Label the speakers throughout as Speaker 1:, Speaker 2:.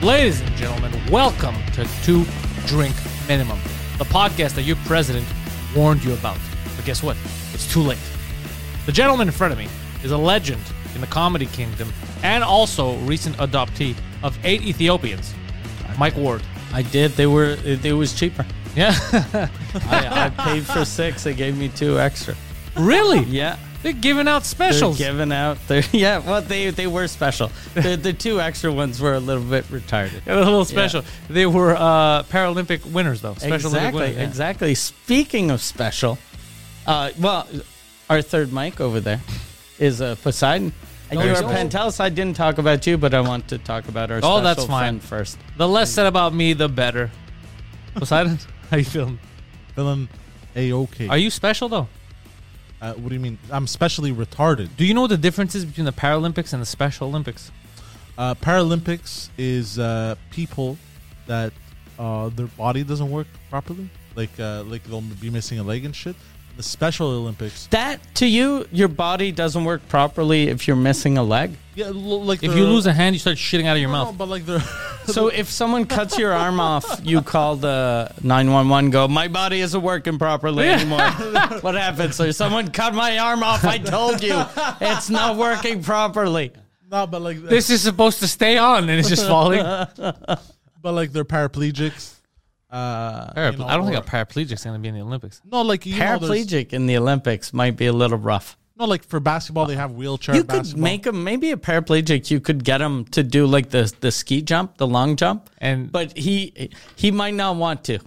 Speaker 1: Ladies and gentlemen, welcome to Two Drink Minimum, the podcast that your president warned you about. But guess what? It's too late. The gentleman in front of me is a legend in the comedy kingdom and also recent adoptee of eight Ethiopians, Mike Ward.
Speaker 2: I did. They were. It, it was cheaper.
Speaker 1: Yeah.
Speaker 2: I, I paid for six. They gave me two extra.
Speaker 1: really?
Speaker 2: Yeah.
Speaker 1: They're giving out
Speaker 2: They're
Speaker 1: specials.
Speaker 2: giving out. They're, yeah. Well, they they were special. The, the two extra ones were a little bit retarded.
Speaker 1: a little special. They were uh, Paralympic winners, though. Special Olympic
Speaker 2: exactly.
Speaker 1: winners. yeah.
Speaker 2: Exactly. Speaking of special, uh, well, our third mic over there is uh, Poseidon. And you are
Speaker 1: he's old.
Speaker 2: Pantelis. I didn't talk about you, but I want to talk about our
Speaker 1: Oh,
Speaker 2: special
Speaker 1: that's fine.
Speaker 2: friend first.
Speaker 1: The less said about me, the better. Poseidon, how you feeling?
Speaker 3: feeling a okay.
Speaker 1: Are you special though?
Speaker 3: uh, what do you mean? I'm specially retarded.
Speaker 1: Do you know what the difference is between the Paralympics and the Special Olympics?
Speaker 3: Uh, Paralympics is uh, people that uh, their body doesn't work properly, like uh, like they'll be missing a leg and shit. The Special Olympics,
Speaker 2: That to you, your body doesn't work properly if you're missing a leg.
Speaker 3: yeah, l- like
Speaker 1: If
Speaker 3: they're-
Speaker 2: Uh,
Speaker 1: you lose a hand, you start shitting out of your
Speaker 3: No,
Speaker 1: mouth.
Speaker 3: but like they're
Speaker 2: So if someone cuts your arm off, you call the 911, go, my body isn't working properly anymore. what happens? So someone cut my arm off. I told you it's not working properly.
Speaker 3: no, but like
Speaker 1: This is supposed to stay on, and it's just falling.
Speaker 3: but like they're paraplegics. Uh, you know,
Speaker 1: I don't think
Speaker 3: or-
Speaker 1: a paraplegic's going to be in the Olympics.
Speaker 3: no, like you know, there's-
Speaker 2: Paraplegic in the Olympics might be a little rough.
Speaker 3: no, like for basketball they have wheelchair.
Speaker 2: You could
Speaker 3: basketball.
Speaker 2: make him maybe a paraplegic. You could get him to do like the the ski jump, the long jump,
Speaker 1: And-
Speaker 2: but he he might not want to.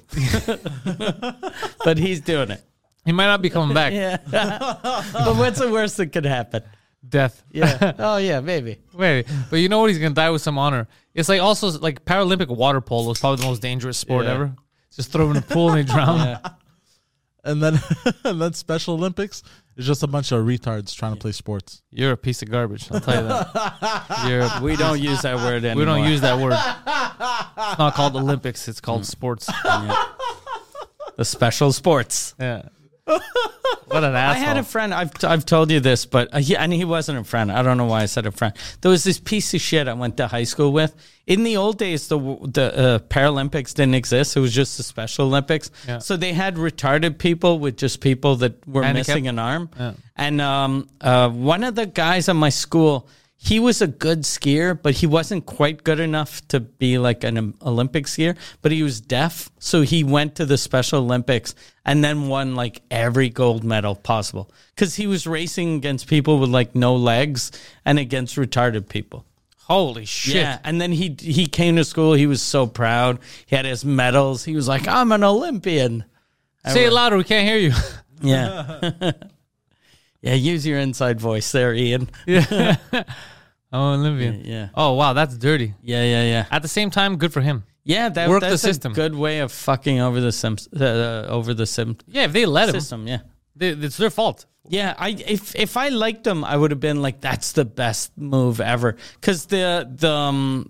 Speaker 2: but he's doing it.
Speaker 1: He might not be coming back.
Speaker 2: Yeah. but what's the worst that could happen?
Speaker 1: Death.
Speaker 2: Yeah. Oh yeah, maybe.
Speaker 1: Wait, but you know what? He's going to die with some honor. It's like also like Paralympic water polo is probably the most dangerous sport
Speaker 2: Yeah.
Speaker 1: ever. Just throw in a pool and they drown.
Speaker 3: and then and then Special Olympics is just a bunch of retards trying to play sports.
Speaker 1: You're a piece of garbage. I'll tell you that. You're a
Speaker 2: We don't use that word anymore.
Speaker 1: We don't use that word. It's not called Olympics. It's
Speaker 2: Hmm.
Speaker 1: called sports.
Speaker 2: the special sports.
Speaker 1: Yeah. What an asshole.
Speaker 2: I had a friend. I've I've told you this, but uh, he, and he wasn't a friend. I don't know why I said a friend. There was this piece of shit I went to high school with. In the old days, the the uh, Paralympics didn't exist. It was just the Special Olympics.
Speaker 1: Yeah.
Speaker 2: So they had retarded people with just people that were
Speaker 1: Handicapped.
Speaker 2: missing an arm. And um, uh, one of the guys at my school, he was a good skier, but he wasn't quite good enough to be like an um, Olympic skier. But he was deaf, so he went to the Special Olympics and then won like every gold medal possible because he was racing against people with like no legs and against retarded people.
Speaker 1: Holy shit.
Speaker 2: Yeah, and then he he came to school. He was so proud. He had his medals. He was like, "I'm an Olympian."
Speaker 1: Say it louder. We can't hear you.
Speaker 2: Yeah. yeah, use your inside voice there, Ian.
Speaker 1: Oh, Olympian.
Speaker 2: Yeah.
Speaker 1: Oh, wow. That's dirty.
Speaker 2: Yeah, yeah, yeah.
Speaker 1: At the same time, good for him.
Speaker 2: Yeah, that,
Speaker 1: Work the
Speaker 2: that's
Speaker 1: system.
Speaker 2: a good way of fucking over the Sims, uh, over the sim,
Speaker 1: Yeah, if they let him,
Speaker 2: system, yeah.
Speaker 1: they, it's their fault.
Speaker 2: Yeah, I if if I liked him, I would have been like, "That's the best move ever." Because the the um,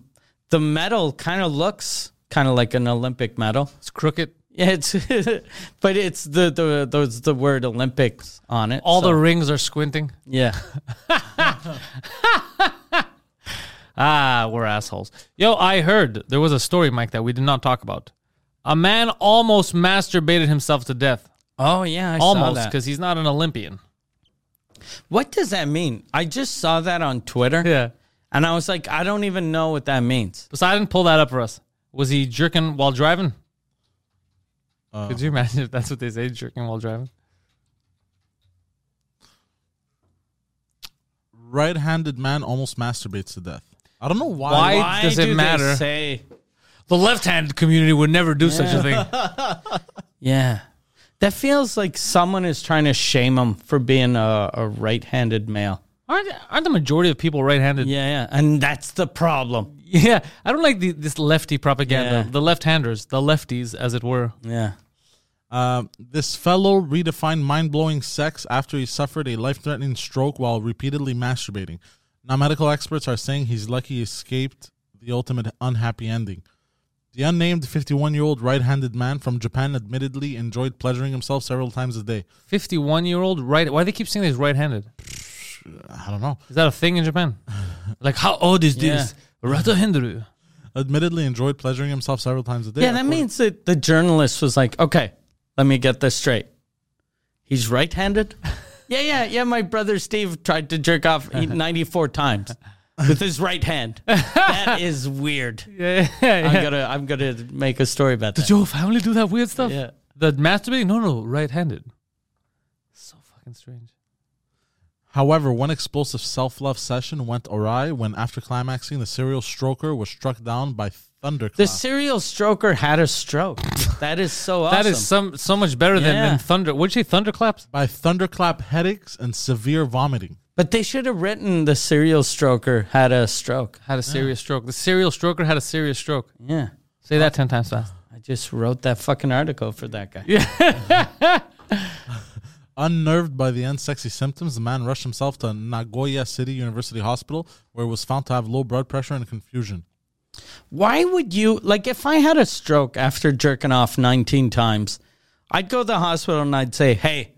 Speaker 2: the medal kind of looks kind of like an Olympic medal.
Speaker 1: It's crooked.
Speaker 2: Yeah, it's but it's the the those the word Olympics on it.
Speaker 1: All the
Speaker 2: so-
Speaker 1: rings are squinting.
Speaker 2: yeah.
Speaker 1: Ah, we're assholes. Yo, I heard there was a story, Mike, that we did not talk about. A man almost masturbated himself to death.
Speaker 2: Oh yeah, I saw
Speaker 1: almost,
Speaker 2: that.
Speaker 1: because he's not an Olympian.
Speaker 2: What does that mean? I just saw that on Twitter.
Speaker 1: Yeah.
Speaker 2: And I was like, I don't even know what that means.
Speaker 1: Poseidon, pull that up for us. Was he jerking while driving? Could you imagine if that's what they say, jerking while driving?
Speaker 3: right-handed man almost masturbates to death. I don't know why.
Speaker 1: Why does it
Speaker 2: they
Speaker 1: matter?
Speaker 2: say-
Speaker 1: The left-handed community would never do such a thing.
Speaker 2: yeah, that feels like someone is trying to shame him for being a, a right-handed male.
Speaker 1: Aren't, aren't the majority of people right-handed?
Speaker 2: Yeah, yeah, and that's the problem.
Speaker 1: Yeah, I don't like the, this lefty propaganda.
Speaker 2: Yeah.
Speaker 1: The left-handers, the lefties, as it were.
Speaker 2: Yeah,
Speaker 3: Um, this fellow redefined mind blowing sex after he suffered a life threatening stroke while repeatedly masturbating. Now, medical experts are saying he's lucky he escaped the ultimate unhappy ending. The unnamed 51 year old right handed man from Japan admittedly enjoyed pleasuring himself several times a day.
Speaker 1: Fifty-one-year-old right. Why do they keep saying he's right-handed?
Speaker 3: I don't know.
Speaker 1: Is that a thing in Japan? like, how old is this? Rato Hendru.
Speaker 3: Admittedly enjoyed pleasuring himself several times a day.
Speaker 2: yeah. That
Speaker 3: According-
Speaker 2: means that the journalist was like, "Okay, let me get this straight. He's right-handed." yeah, yeah, yeah. My brother Steve tried to jerk off ninety-four times with his right hand. that is weird.
Speaker 1: Yeah, yeah,
Speaker 2: I'm gonna I'm gonna make a story about that.
Speaker 1: Did your family do that weird stuff?
Speaker 2: Yeah.
Speaker 1: The masturbating? No, no, right-handed. So fucking strange.
Speaker 3: However, one explosive self love session went awry when, after climaxing, the serial stroker was struck down by thunderclap.
Speaker 2: The serial stroker had a stroke. that is so awesome.
Speaker 1: That is some so much better than,
Speaker 2: Yeah.
Speaker 1: than thunder. What'd you say? Thunderclaps?
Speaker 3: by thunderclap headaches and severe vomiting.
Speaker 2: but they should have written the serial stroker had a stroke.
Speaker 1: Had a serious stroke. The serial stroker had a serious stroke. Oh.
Speaker 2: Yeah.
Speaker 1: Say that ten times fast.
Speaker 2: I just wrote that fucking article for that guy.
Speaker 3: Unnerved by the unsexy symptoms, the man rushed himself to Nagoya City University Hospital, where he was found to have low blood pressure and confusion.
Speaker 2: Why would you like if I had a stroke after jerking off 19 times, I'd go to the hospital and I'd say, "Hey,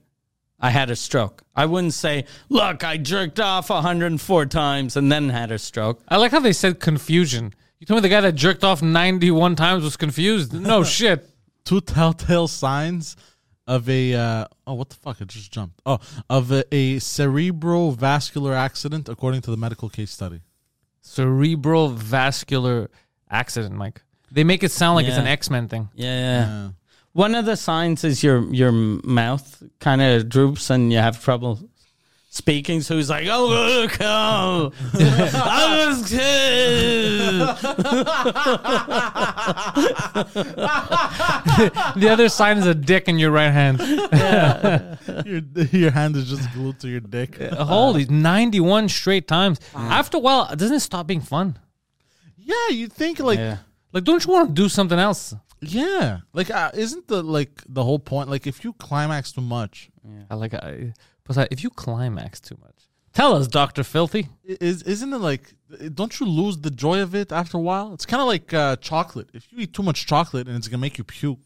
Speaker 2: I had a stroke." I wouldn't say, "Look, I jerked off 104 times and then had a stroke."
Speaker 1: I like how they said confusion. You told me the guy that jerked off 91 times was confused. No shit.
Speaker 3: Two telltale signs of a uh, oh what the fuck I just jumped oh of a, a cerebrovascular accident, according to the medical case study.
Speaker 1: Cerebral vascular accident, Mike. They make it sound like it's an
Speaker 2: Yeah.
Speaker 1: X Men thing.
Speaker 2: Yeah. One of the signs is your your mouth kind of droops and you have trouble speaking. So he's like, "Oh, look, oh, I was good."
Speaker 1: The other sign is a dick in your right hand.
Speaker 3: your your hand is just glued to your dick.
Speaker 1: Holy 91 straight times. After a while, doesn't it stop being fun?
Speaker 3: Yeah, you think like
Speaker 2: Yeah.
Speaker 1: Like, don't you want to do something else?
Speaker 3: yeah, like uh, isn't the like the whole point like if you climax too much,
Speaker 1: I like I, besides, if you climax too much, tell us, Doctor Filthy.
Speaker 3: is isn't it like don't you lose the joy of it after a while? It's kind of like uh, chocolate. If you eat too much chocolate and it's gonna make you puke.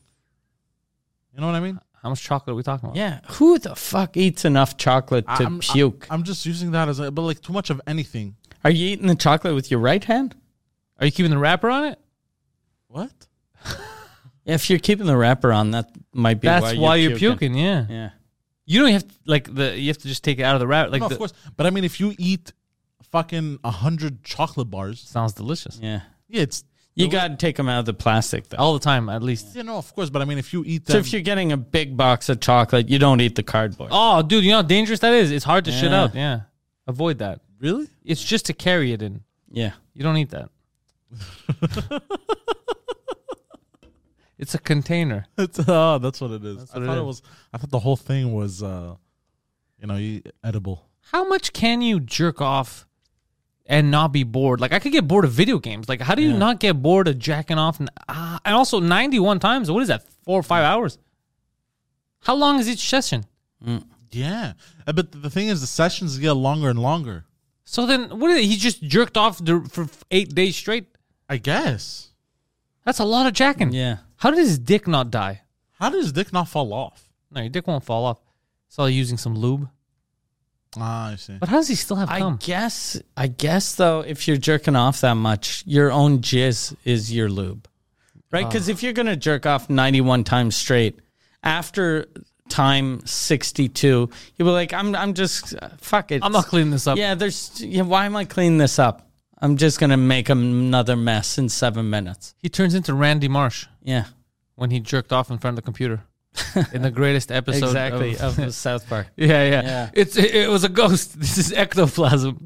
Speaker 3: You know what I mean?
Speaker 1: How much chocolate are we talking about?
Speaker 2: Yeah, who the fuck eats enough chocolate to
Speaker 3: I'm-
Speaker 2: puke?
Speaker 3: I'm just using that as a but like too much of anything.
Speaker 2: Are you eating the chocolate with your right hand?
Speaker 1: Are you keeping the wrapper on it?
Speaker 3: What?
Speaker 2: Yeah, if you're keeping the wrapper on, that might be.
Speaker 1: That's why, you're,
Speaker 2: puking.
Speaker 1: puking. Yeah.
Speaker 2: Yeah,
Speaker 1: You don't have to, like the you have to just take it out of the wrapper. Like
Speaker 3: no,
Speaker 1: the-
Speaker 3: of course. But I mean, if you eat fucking a hundred chocolate bars,
Speaker 1: sounds delicious
Speaker 2: yeah.
Speaker 3: yeah, it's
Speaker 2: You got to take them out of the plastic though.
Speaker 1: all the time at least.
Speaker 3: you know, of course. But I mean, if you eat
Speaker 2: So
Speaker 3: them,
Speaker 2: if you're getting a big box of chocolate, you don't eat the cardboard.
Speaker 1: Oh, dude, you know how dangerous that is. It's hard to shit
Speaker 2: Yeah.
Speaker 1: out. Yeah. Avoid that.
Speaker 3: really,
Speaker 1: It's just to carry it in.
Speaker 2: Yeah.
Speaker 1: You don't need that. it's a container.
Speaker 3: it's, oh, that's what it is. I
Speaker 1: what it
Speaker 3: thought it,
Speaker 1: is.
Speaker 3: was. I thought the whole thing was, uh you know, you- edible.
Speaker 1: how much can you jerk off and not be bored? Like I could get bored of video games. Like how do you not get bored of jacking off? And, ah, and also ninety-one times. What is that? Four or five hours? How long is each session?
Speaker 3: Yeah, Uh, but the thing is, the sessions get longer and longer.
Speaker 1: So then, what? Is it? He just jerked off the, for eight days straight.
Speaker 3: I guess.
Speaker 1: That's a lot of jacking.
Speaker 2: Yeah.
Speaker 1: How did his dick not die?
Speaker 3: How does dick not fall off?
Speaker 1: No, your dick won't fall off. It's all using some lube.
Speaker 3: Ah, I see.
Speaker 1: But how does he still have
Speaker 2: I
Speaker 1: cum?
Speaker 2: guess. I guess though, if you're jerking off that much, your own jizz is your lube, right?
Speaker 1: Ah.
Speaker 2: Because if you're gonna jerk off 91 times straight, after time 62, you'll be like, "I'm, I'm just uh, fuck it.
Speaker 1: I'm not cleaning this up.
Speaker 2: Yeah, there's. Yeah, why am I cleaning this up? I'm just gonna make another mess in seven minutes.
Speaker 1: He turns into Randy Marsh
Speaker 2: Yeah,
Speaker 1: when he jerked off in front of the computer. in the greatest episode.
Speaker 2: exactly
Speaker 1: Of,
Speaker 2: of the South Park.
Speaker 1: oh. yeah, yeah,
Speaker 2: Yeah.
Speaker 1: It's it, it was a ghost. This is ectoplasm.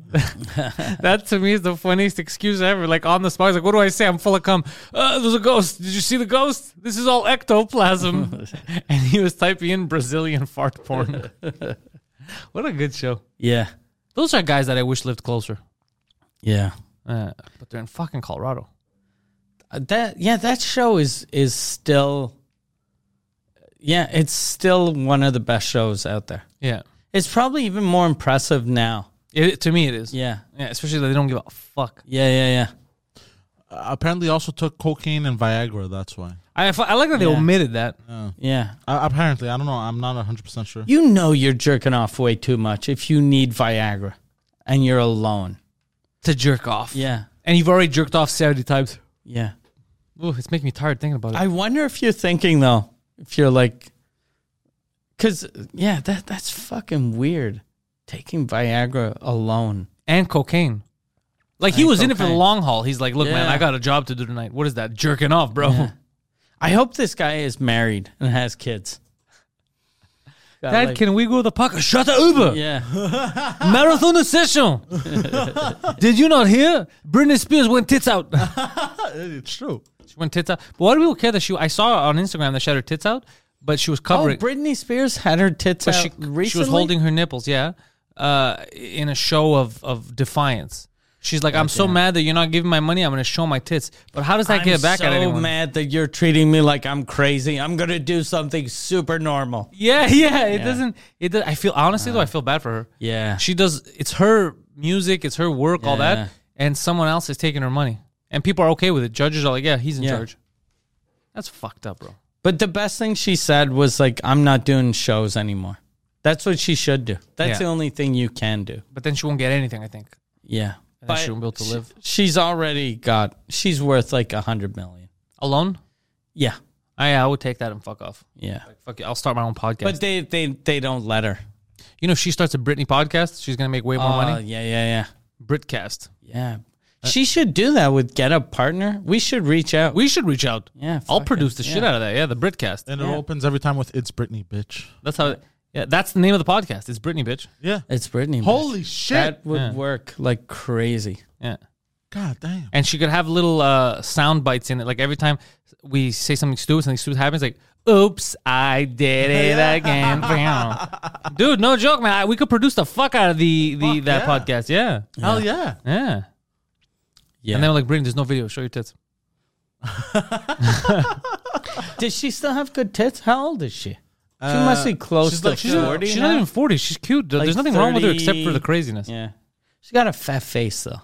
Speaker 1: that to me is the funniest excuse ever. Like on the spot, he's like, what do I say? I'm full of cum. Uh, there's a ghost. Did you see the ghost? This is all ectoplasm. and he was typing in Brazilian fart porn. what a good show.
Speaker 2: Yeah,
Speaker 1: Those are guys that I wish lived closer.
Speaker 2: yeah.
Speaker 1: Uh, but they're in fucking Colorado.
Speaker 2: Uh, That yeah, that show is is still. Yeah, it's still one of the best shows out there.
Speaker 1: Yeah.
Speaker 2: It's probably even more impressive now.
Speaker 1: It, to me, it is.
Speaker 2: Yeah,
Speaker 1: Yeah, especially that they don't give a fuck.
Speaker 2: yeah, yeah, yeah.
Speaker 3: Apparently, also took cocaine and Viagra. That's why.
Speaker 1: I, I like that they
Speaker 2: Yeah.
Speaker 1: omitted that.
Speaker 2: Yeah.
Speaker 3: Uh, apparently, I don't know. I'm not 100 percent sure.
Speaker 2: You know you're jerking off way too much if you need Viagra and you're alone.
Speaker 1: to jerk off.
Speaker 2: Yeah.
Speaker 1: And you've already jerked off 70 times.
Speaker 2: Yeah.
Speaker 1: Ooh, it's making me tired thinking about it.
Speaker 2: I wonder if you're thinking though, if you're like cuz yeah, that that's fucking weird. Taking Viagra alone.
Speaker 1: and cocaine. Like he
Speaker 2: And
Speaker 1: was in it for the
Speaker 2: cocaine.
Speaker 1: long haul. He's like, look, man,
Speaker 2: Yeah.
Speaker 1: I got a job to do tonight. What is that? Jerking off, bro.
Speaker 2: I hope this guy is married and has kids. Got,
Speaker 1: Dad,
Speaker 2: like-
Speaker 1: can we go to the park? Shut the Uber.
Speaker 2: Yeah. Oh,
Speaker 1: Marathon session. Did you not hear? Britney Spears went tits out.
Speaker 3: It's true.
Speaker 1: she went tits out. But why do people care that she? I saw her on Instagram that she had her tits out, but she was
Speaker 2: Oh,
Speaker 1: covering.
Speaker 2: Britney Spears had her tits
Speaker 1: but
Speaker 2: out
Speaker 1: she,
Speaker 2: recently.
Speaker 1: she was holding her nipples, yeah, uh, in a show of, of defiance. She's like, I'm so mad that you're not giving my money. I'm going to show my tits. But how does that
Speaker 2: I'm
Speaker 1: get back
Speaker 2: so
Speaker 1: at anyone?
Speaker 2: mad that you're treating me like I'm crazy. I'm going to do something super normal.
Speaker 1: Yeah, yeah. It doesn't. It. Does, I feel honestly though. I feel bad for her.
Speaker 2: Yeah.
Speaker 1: She does. It's her music. It's her work. All
Speaker 2: Yeah.
Speaker 1: that, and someone else is taking her money, and people are okay with it. Judges are like, yeah, he's in
Speaker 2: Yeah.
Speaker 1: charge. That's fucked up, bro.
Speaker 2: But the best thing she said was like, "I'm not doing shows anymore." That's what she should do. That's
Speaker 1: Yeah.
Speaker 2: the only thing you can do.
Speaker 1: But then she won't get anything. I think.
Speaker 2: Yeah,
Speaker 1: And then she won't be able to live
Speaker 2: she's already got. She's worth like a hundred million.
Speaker 1: alone.
Speaker 2: Yeah,
Speaker 1: I, I would take that and fuck off.
Speaker 2: yeah.
Speaker 1: Fuck it. I'll start my own podcast.
Speaker 2: But they they they don't let her.
Speaker 1: you know, if she starts a Britney podcast. She's gonna make way more
Speaker 2: Oh
Speaker 1: money.
Speaker 2: yeah, yeah,
Speaker 1: Britcast.
Speaker 2: yeah, yeah. She should do that with Get a Partner. We should reach out.
Speaker 1: We should reach out.
Speaker 2: Yeah,
Speaker 1: I'll
Speaker 2: fuck
Speaker 1: produce the
Speaker 2: it. Yeah.
Speaker 1: shit out of that. Yeah, the Britcast.
Speaker 3: And it opens every time with "It's Britney, bitch."
Speaker 1: That's how. Yeah, that's the name of the podcast. It's Britney, bitch.
Speaker 3: Yeah.
Speaker 2: it's Britney. but
Speaker 3: Holy shit!
Speaker 2: that would work like crazy.
Speaker 1: Yeah.
Speaker 3: God damn.
Speaker 1: and she could have little uh, sound bites in it. Like every time we say something stupid, something stupid happens. Like, "Oops, I did it again." Dude, no joke, man. I, we could produce the fuck out of the the
Speaker 3: Fuck,
Speaker 1: that
Speaker 3: yeah.
Speaker 1: podcast. Yeah,
Speaker 3: Hell yeah.
Speaker 1: yeah.
Speaker 2: Yeah.
Speaker 1: And then like, Brittany, there's no video. Show your tits.
Speaker 2: Does she still have good tits? How old is she? She must be close
Speaker 3: she's
Speaker 2: to
Speaker 3: like- she's not-
Speaker 2: forty.
Speaker 1: She's
Speaker 2: now.
Speaker 1: not even forty. She's cute. though.
Speaker 2: Like
Speaker 1: there's nothing wrong with her
Speaker 2: 30.
Speaker 1: except for the craziness.
Speaker 2: Yeah. She got a fat face though.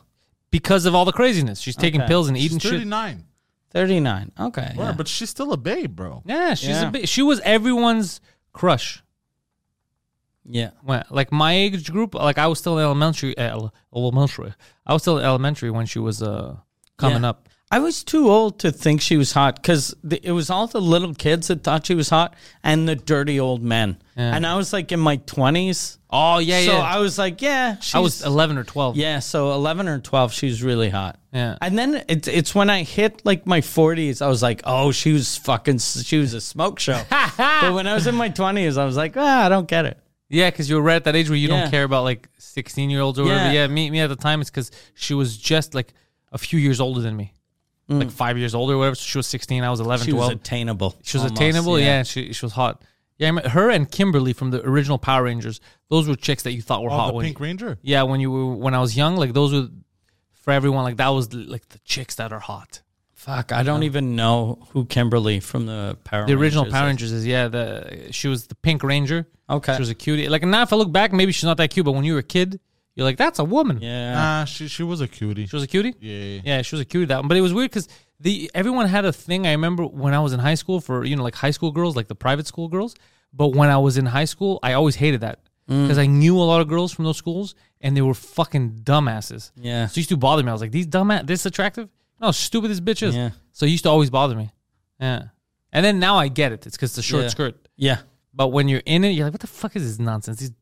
Speaker 1: Because of all the craziness, she's taking
Speaker 2: Okay.
Speaker 1: pills and
Speaker 3: She's
Speaker 1: eating shit.
Speaker 3: 39.
Speaker 2: 39. Okay.
Speaker 3: Bro,
Speaker 2: yeah.
Speaker 3: but she's still a babe, bro.
Speaker 1: Yeah, she's
Speaker 2: Yeah.
Speaker 1: a bit, she was everyone's crush.
Speaker 2: yeah.
Speaker 1: when, like my age group, like I was still in elementary, el- elementary. I was still in elementary when she was uh coming
Speaker 2: Yeah.
Speaker 1: up.
Speaker 2: I was too old to think she was hot because it was all the little kids that thought she was hot and the dirty old men.
Speaker 1: Yeah.
Speaker 2: And I was like in my 20s.
Speaker 1: Oh yeah,
Speaker 2: so
Speaker 1: yeah.
Speaker 2: I
Speaker 1: I,
Speaker 2: was like, yeah. She's,
Speaker 1: was eleven or twelve.
Speaker 2: Yeah. So 11 or 12, she was really hot.
Speaker 1: Yeah.
Speaker 2: And then it's it's when I hit like my 40s, I was like, oh, she was fucking, she was a smoke show. but when I was in my 20s, I was like, ah, I don't get it.
Speaker 1: yeah, because you were right at that age where you
Speaker 2: Yeah.
Speaker 1: don't care about like sixteen year olds or whatever.
Speaker 2: Yeah.
Speaker 1: Yeah, me me at the time it's because she was just like a few years older than me, like five years older or whatever. So Mm. she was sixteen. I was 11,
Speaker 2: She
Speaker 1: 12.
Speaker 2: was attainable.
Speaker 1: she was
Speaker 2: almost,
Speaker 1: attainable. Yeah, she she was hot. Yeah, I mean, her and Kimberly from the original Power Rangers. Those were chicks that you thought were
Speaker 3: Oh,
Speaker 1: hot.
Speaker 3: the
Speaker 1: when
Speaker 3: Pink Ranger.
Speaker 1: yeah when you were when i was young like those were for everyone like that was the- like the chicks that are hot
Speaker 2: Fuck, I don't even know who Kimberly from the Power
Speaker 1: the original
Speaker 2: Rangers
Speaker 1: power
Speaker 2: is.
Speaker 1: rangers is yeah the she was the pink ranger
Speaker 2: Okay.
Speaker 1: she was a cutie like now if i look back maybe she's not that cute but when you were a kid you're like that's a woman
Speaker 2: Yeah.
Speaker 3: Nah, she she was a cutie.
Speaker 1: she was a cutie
Speaker 3: yeah.
Speaker 1: yeah she was a cutie that one but it was weird because the everyone had a thing i remember when i was in high school for you know like high school girls like the private school girls but when i was in high school i always hated that
Speaker 2: Mm.
Speaker 1: because i knew a lot of girls from those schools and they were fucking dumbasses
Speaker 2: Yeah.
Speaker 1: So it used to bother me. I was like, these dumbass, this attractive? No, stupid this bitch is.
Speaker 2: Yeah.
Speaker 1: So it used to always bother me. Yeah. And then now I get it. It's because the short
Speaker 2: Yeah.
Speaker 1: skirt.
Speaker 2: yeah.
Speaker 1: But when you're in it, you're like, what the fuck is this nonsense? These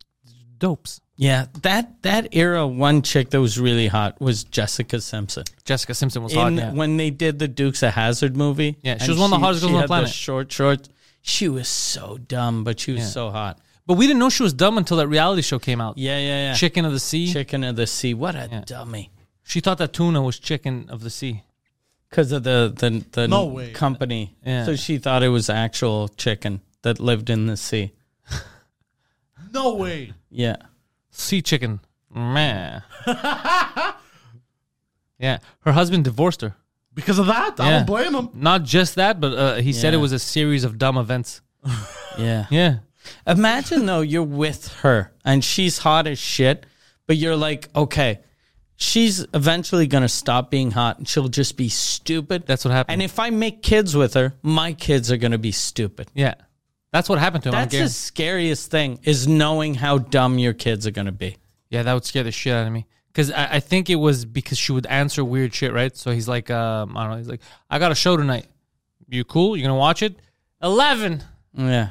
Speaker 1: dopes.
Speaker 2: Yeah. That that era one chick that was really hot was Jessica Simpson.
Speaker 1: Jessica Simpson was hot.
Speaker 2: In
Speaker 1: Yeah.
Speaker 2: when they did the Dukes of Hazard movie.
Speaker 1: Yeah, she
Speaker 2: and
Speaker 1: was one of the hottest girls
Speaker 2: she
Speaker 1: on the
Speaker 2: had
Speaker 1: planet.
Speaker 2: short shorts. She was so dumb, but she was so hot.
Speaker 1: But we didn't know she was dumb until that reality show came out.
Speaker 2: Yeah, yeah, yeah.
Speaker 1: Chicken of the Sea.
Speaker 2: Chicken of the sea. What a dummy.
Speaker 1: She thought that tuna was chicken of the sea.
Speaker 2: Because of the the, the
Speaker 3: No way.
Speaker 2: company.
Speaker 1: Yeah.
Speaker 2: So she thought it was actual chicken that lived in the sea.
Speaker 3: No way.
Speaker 2: Yeah.
Speaker 1: Sea chicken. Meh. yeah. Her husband divorced her.
Speaker 3: Because of that, I
Speaker 1: Yeah.
Speaker 3: don't blame him.
Speaker 1: Not just that, but uh, he said it
Speaker 2: Yeah.
Speaker 1: was a series of dumb events.
Speaker 2: Yeah.
Speaker 1: Yeah.
Speaker 2: Imagine though you're with her and she's hot as shit, but you're like, okay, she's eventually gonna stop being hot and she'll just be stupid.
Speaker 1: That's what happened.
Speaker 2: And if I make kids with her, my kids are gonna be stupid.
Speaker 1: Yeah. That's what happened to him. I'm
Speaker 2: That's
Speaker 1: guar-
Speaker 2: the scariest thing is knowing how dumb your kids are gonna be.
Speaker 1: Yeah, that would scare the shit out of me. Because I, I think it was because she would answer weird shit, right? So he's like, um, I don't know. He's like, I got a show tonight. You cool? You gonna watch it? Eleven.
Speaker 2: Yeah.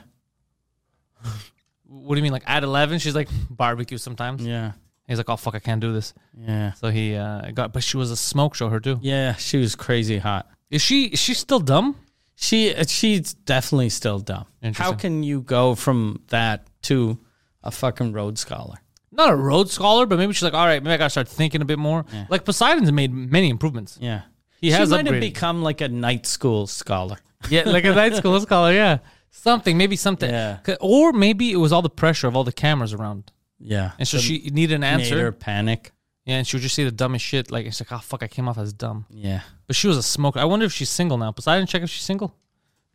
Speaker 1: What do you mean, like at eleven? She's like barbecue sometimes.
Speaker 2: Yeah.
Speaker 1: He's like, oh fuck, I can't do this.
Speaker 2: Yeah.
Speaker 1: So he uh, got, but she was a smoke show her too.
Speaker 2: Yeah, she was crazy hot.
Speaker 1: Is she? Is she still dumb?
Speaker 2: She uh, she's definitely still dumb. How
Speaker 1: Interesting.
Speaker 2: can you go from that to a fucking Rhodes scholar?
Speaker 1: Not a Rhodes scholar, but maybe she's like, all right, maybe I gotta start thinking a bit more. Like Poseidon's made many improvements.
Speaker 2: Yeah.
Speaker 1: He has
Speaker 2: she might have
Speaker 1: upgraded.
Speaker 2: become like a night school scholar.
Speaker 1: Yeah, like a night school scholar. Yeah, something, maybe something,
Speaker 2: Yeah.
Speaker 1: C- or maybe it was all the pressure of all the cameras around.
Speaker 2: Yeah.
Speaker 1: And so she needed an answer.
Speaker 2: made her panic.
Speaker 1: Yeah, and she would just say the dumbest shit. Like, it's like, oh, fuck, I came off as dumb.
Speaker 2: Yeah.
Speaker 1: But she was a smoker. I wonder if she's single now. Besides, I didn't check if she's single.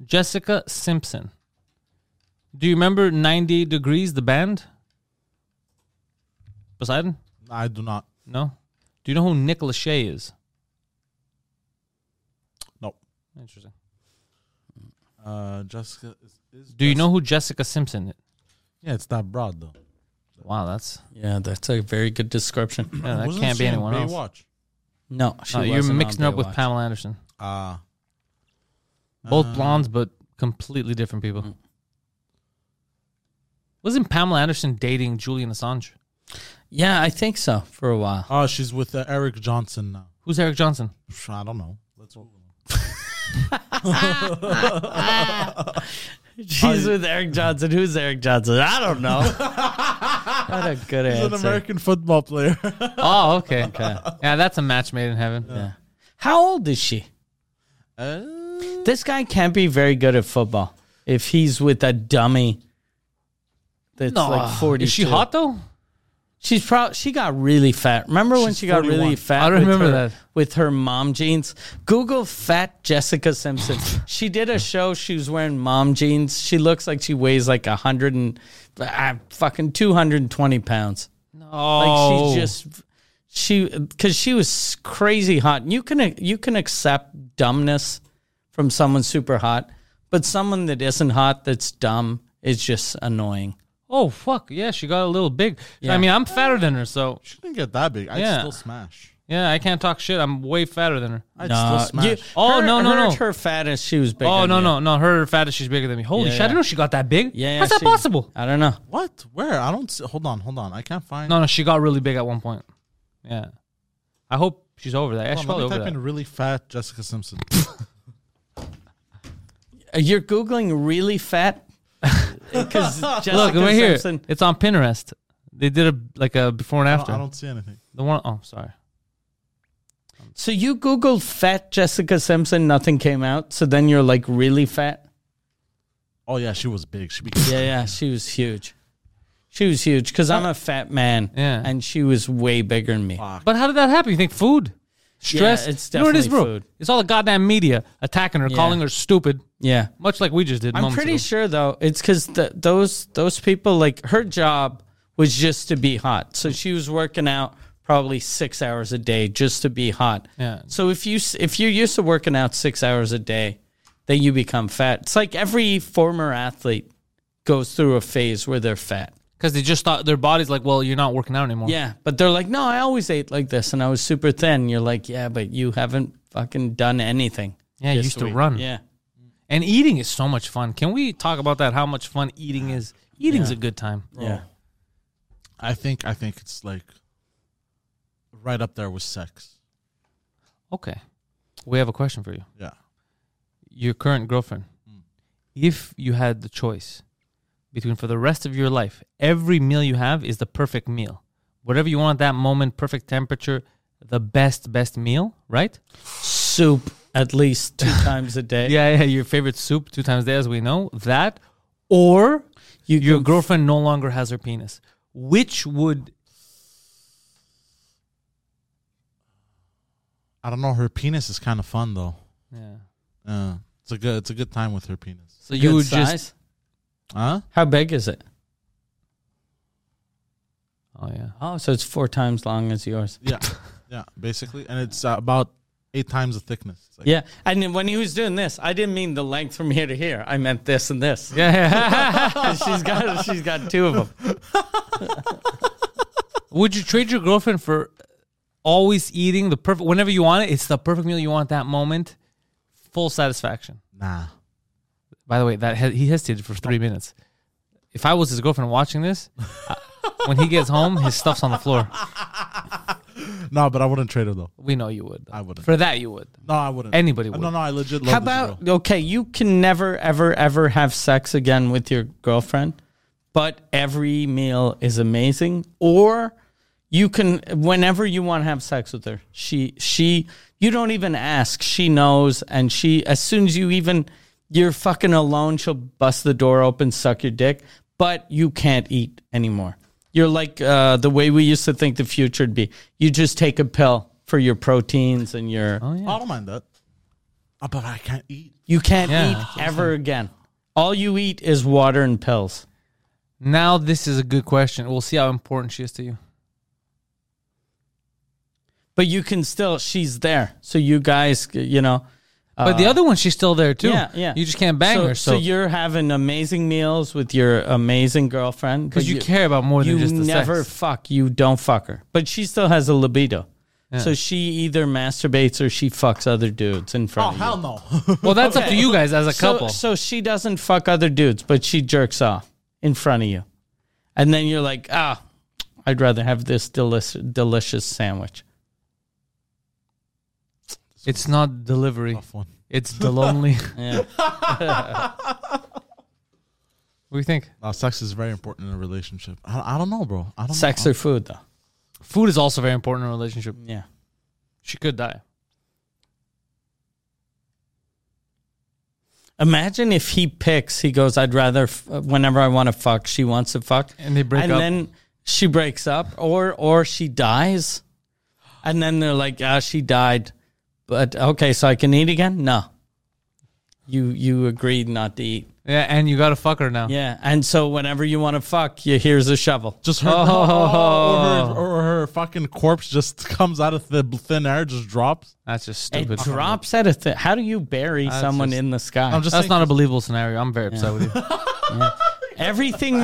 Speaker 1: Jessica Simpson. Do you remember 98 Degrees, the band? Poseidon?
Speaker 3: I do not.
Speaker 1: No? Do you know who Nick Lachey is?
Speaker 3: No.
Speaker 1: Interesting.
Speaker 3: Uh, Jessica is, is
Speaker 1: Do you know who Jessica Simpson is?
Speaker 3: yeah, it's that broad though.
Speaker 1: Wow, that's.
Speaker 2: Yeah, that's a very good description.
Speaker 1: Yeah, that
Speaker 3: Wasn't
Speaker 1: can't
Speaker 3: she
Speaker 1: be
Speaker 3: in
Speaker 1: anyone else.
Speaker 3: Baywatch?
Speaker 2: No, she
Speaker 1: No, Oh, you're
Speaker 2: wasn't on
Speaker 1: mixing her up with
Speaker 2: Baywatch.
Speaker 1: Pamela Anderson.
Speaker 3: Ah,
Speaker 1: Both blondes, but completely different people. Wasn't Pamela Anderson dating Julian Assange?
Speaker 2: Yeah, I think so for a while.
Speaker 3: oh, she's with uh, Eric Johnson now.
Speaker 1: Who's Eric Johnson?
Speaker 3: Psh, I don't know. Let's Google him.
Speaker 2: She's with Eric Johnson. Who's Eric Johnson? I don't know. what a good
Speaker 3: He's an
Speaker 2: answer.
Speaker 3: American football player.
Speaker 1: Oh, okay. Yeah, that's a match made in heaven.
Speaker 2: How old is she?
Speaker 3: Uh,
Speaker 2: This guy can't be very good at football if he's with a dummy. That's
Speaker 1: No,
Speaker 2: like forty.
Speaker 1: Is she hot though?
Speaker 2: She's proud. She got really fat. Remember when
Speaker 3: She's
Speaker 2: she got
Speaker 3: 41.
Speaker 2: really fat?
Speaker 1: I
Speaker 2: with
Speaker 1: remember
Speaker 2: her-
Speaker 1: that.
Speaker 2: with her mom jeans. Google fat Jessica Simpson. she did a show. She was wearing mom jeans. She looks like she weighs like a hundred and uh, fucking two hundred and twenty pounds. Like
Speaker 1: Oh,
Speaker 2: she's just she because she was crazy hot. And You can you can accept dumbness from someone super hot, but someone that isn't hot that's dumb is just annoying.
Speaker 1: Oh fuck! Yeah, she got a little big.
Speaker 2: Yeah.
Speaker 1: I mean, I'm fatter than her, so
Speaker 3: she didn't get that big. I
Speaker 1: Yeah.
Speaker 3: would still smash.
Speaker 1: yeah, I can't talk shit. I'm way fatter than her.
Speaker 3: I would
Speaker 2: Uh,
Speaker 3: still smash.
Speaker 2: you-
Speaker 1: Oh,
Speaker 2: her-
Speaker 1: no, no,
Speaker 2: her,
Speaker 1: no.
Speaker 2: Her fattest, she was bigger.
Speaker 1: Oh no,
Speaker 2: than you.
Speaker 1: no, no! Her fattest, she's bigger than me. Holy
Speaker 2: Yeah,
Speaker 1: shit! I
Speaker 2: yeah.
Speaker 1: didn't know she got that big.
Speaker 2: Yeah, yeah,
Speaker 1: how's that
Speaker 2: she-
Speaker 1: possible?
Speaker 2: I don't know.
Speaker 3: what? Where? I don't. See, hold on, hold on. I can't find.
Speaker 1: No, no, she got really big at one point. Yeah, I hope she's over that. Yeah, she's
Speaker 3: Hold on,
Speaker 1: probably
Speaker 3: let
Speaker 1: over
Speaker 3: me type
Speaker 1: that.
Speaker 3: in really fat Jessica Simpson.
Speaker 2: You're googling really fat because Jessica
Speaker 1: Look, right here.
Speaker 2: Simpson.
Speaker 1: It's on Pinterest. They did a like a before and
Speaker 3: I
Speaker 1: after.
Speaker 3: don't, I don't see anything.
Speaker 1: The one oh sorry.
Speaker 2: So you googled fat Jessica Simpson, nothing came out. So then you're like really fat.
Speaker 3: Oh yeah, she was big. She
Speaker 2: Yeah,
Speaker 3: became.
Speaker 2: yeah, she was huge. She was huge because I'm a fat man,
Speaker 1: Yeah.
Speaker 2: and she was way bigger than me.
Speaker 1: But how did that happen? You think food? Stress?
Speaker 2: Yeah, it's
Speaker 1: You know what it is,
Speaker 2: definitely
Speaker 1: bro?
Speaker 2: food.
Speaker 1: It's all the goddamn media attacking her,
Speaker 2: Yeah.
Speaker 1: calling her stupid,
Speaker 2: Yeah,
Speaker 1: much like we just did.
Speaker 2: I'm
Speaker 1: moments
Speaker 2: pretty
Speaker 1: ago.
Speaker 2: sure though it's because th- those those people like her job was just to be hot, so she was working out probably six hours a day just to be hot.
Speaker 1: Yeah.
Speaker 2: So if you s- if you're used to working out six hours a day, then you become fat. It's like every former athlete goes through a phase where they're fat.
Speaker 1: Because they just thought their body's like, well, you're not working out anymore.
Speaker 2: Yeah, but they're like, no, I always ate like this, and I was super thin. You're like, yeah, but you haven't fucking done anything.
Speaker 1: Yeah, you
Speaker 2: this
Speaker 1: used to
Speaker 2: week."
Speaker 1: run.
Speaker 2: Yeah,
Speaker 1: And eating is so much fun. Can we talk about that? How much fun eating is? Eating's a good time.
Speaker 2: yeah.
Speaker 3: I think. I think it's like. Right up there with sex.
Speaker 1: Okay. We have a question for you.
Speaker 3: Yeah.
Speaker 2: Hmm.
Speaker 1: Your current girlfriend if you had the choice between for the rest of your life, every meal you have is the perfect meal. Whatever you want at that moment, perfect temperature, the best, best meal, right?
Speaker 2: Soup at least two times a day.
Speaker 1: Yeah, yeah, your favorite soup two times a day, as we know, that or
Speaker 2: You
Speaker 1: your
Speaker 2: can-
Speaker 1: girlfriend no longer has her penis. Which would
Speaker 3: I don't know. Her penis is kind of fun though.
Speaker 1: yeah.
Speaker 3: Uh, it's a good. It's a good time with her penis.
Speaker 1: So you
Speaker 2: Good
Speaker 1: would just
Speaker 2: size?
Speaker 3: Huh?
Speaker 2: How big is it?
Speaker 1: oh yeah.
Speaker 2: Oh, so it's four times long as yours.
Speaker 3: Yeah, yeah. Basically, and it's uh, about eight times the thickness. It's like-
Speaker 2: Yeah, and then when he was doing this, I didn't mean the length from here to here. I meant this and this.
Speaker 1: Yeah.
Speaker 2: she's got she's got two of them.
Speaker 1: would you trade your girlfriend for always eating the perfect whenever you want it, it's the perfect meal you want at that moment. Full satisfaction.
Speaker 3: Nah.
Speaker 1: By the way, that he- he hesitated for three minutes. If I was his girlfriend watching this, I- when he gets home, his stuff's on the floor.
Speaker 3: No, but I wouldn't trade her though.
Speaker 1: We know you would. though.
Speaker 3: I wouldn't.
Speaker 1: For that, you would.
Speaker 3: No, I wouldn't.
Speaker 1: Anybody
Speaker 3: Uh,
Speaker 1: would.
Speaker 3: No, no. I legit. Love
Speaker 2: How
Speaker 3: this
Speaker 2: about
Speaker 3: girl.
Speaker 2: okay, you can never ever ever have sex again with your girlfriend, but every meal is amazing or you can whenever you want to have sex with her. She she you don't even ask. She knows and she as soon as you even you're fucking alone, she'll bust the door open, suck your dick, but you can't eat anymore. You're like uh, the way we used to think the future would be. You just take a pill for your proteins and your
Speaker 3: I don't mind that. Uh, but I can't eat.
Speaker 2: you can't
Speaker 1: Yeah.
Speaker 2: eat ever again. All you eat is water and pills.
Speaker 1: Now this is a good question. We'll see how important she is to you.
Speaker 2: But you can still, she's there. So you guys, you know. uh,
Speaker 1: But the other one, she's still there too.
Speaker 2: Yeah, yeah.
Speaker 1: You just can't bang
Speaker 2: so,
Speaker 1: her. So,
Speaker 2: so you're having amazing meals with your amazing girlfriend.
Speaker 1: because
Speaker 2: but
Speaker 1: you, care about more than
Speaker 2: You
Speaker 1: just the
Speaker 2: never
Speaker 1: sex.
Speaker 2: fuck. You don't fuck her. But she still has a libido. So she either masturbates or she fucks other dudes in front
Speaker 3: Oh
Speaker 2: of
Speaker 3: hell
Speaker 2: you.
Speaker 3: no.
Speaker 1: Well, that's up to you guys as a
Speaker 2: So-
Speaker 1: couple.
Speaker 2: So, she doesn't fuck other dudes, but she jerks off in front of you. And then you're like, ah, I'd rather have this delici- delicious sandwich.
Speaker 1: it's not delivery.
Speaker 3: Tough one.
Speaker 1: It's the lonely.
Speaker 2: Yeah.
Speaker 1: what do you think?
Speaker 3: No, Uh, sex is very important in a relationship. I, I don't know, bro. I don't.
Speaker 2: Sex
Speaker 3: know.
Speaker 2: or food, though.
Speaker 1: Food is also very important in a relationship.
Speaker 2: Yeah.
Speaker 1: She could die.
Speaker 2: Imagine if he picks, he goes, I'd rather, f- whenever I want to fuck, she wants to fuck.
Speaker 1: And they break
Speaker 2: and
Speaker 1: up.
Speaker 2: then she breaks up or, or she dies. And then they're like, ah, she died. But okay, so I can eat again? No. You, you agreed not to eat.
Speaker 1: Yeah, and you gotta fuck her now.
Speaker 2: Yeah. And so whenever you want to fuck, you here's a shovel.
Speaker 3: Just her,
Speaker 2: Oh.
Speaker 3: or her, or her fucking corpse just comes out of the thin air, just drops.
Speaker 1: That's just
Speaker 2: It
Speaker 1: stupid.
Speaker 2: drops at a thing. How do you bury someone
Speaker 1: just-
Speaker 2: in the sky?
Speaker 3: I'm just
Speaker 1: That's
Speaker 3: saying,
Speaker 1: not a believable scenario. I'm very upset with you.
Speaker 2: Everything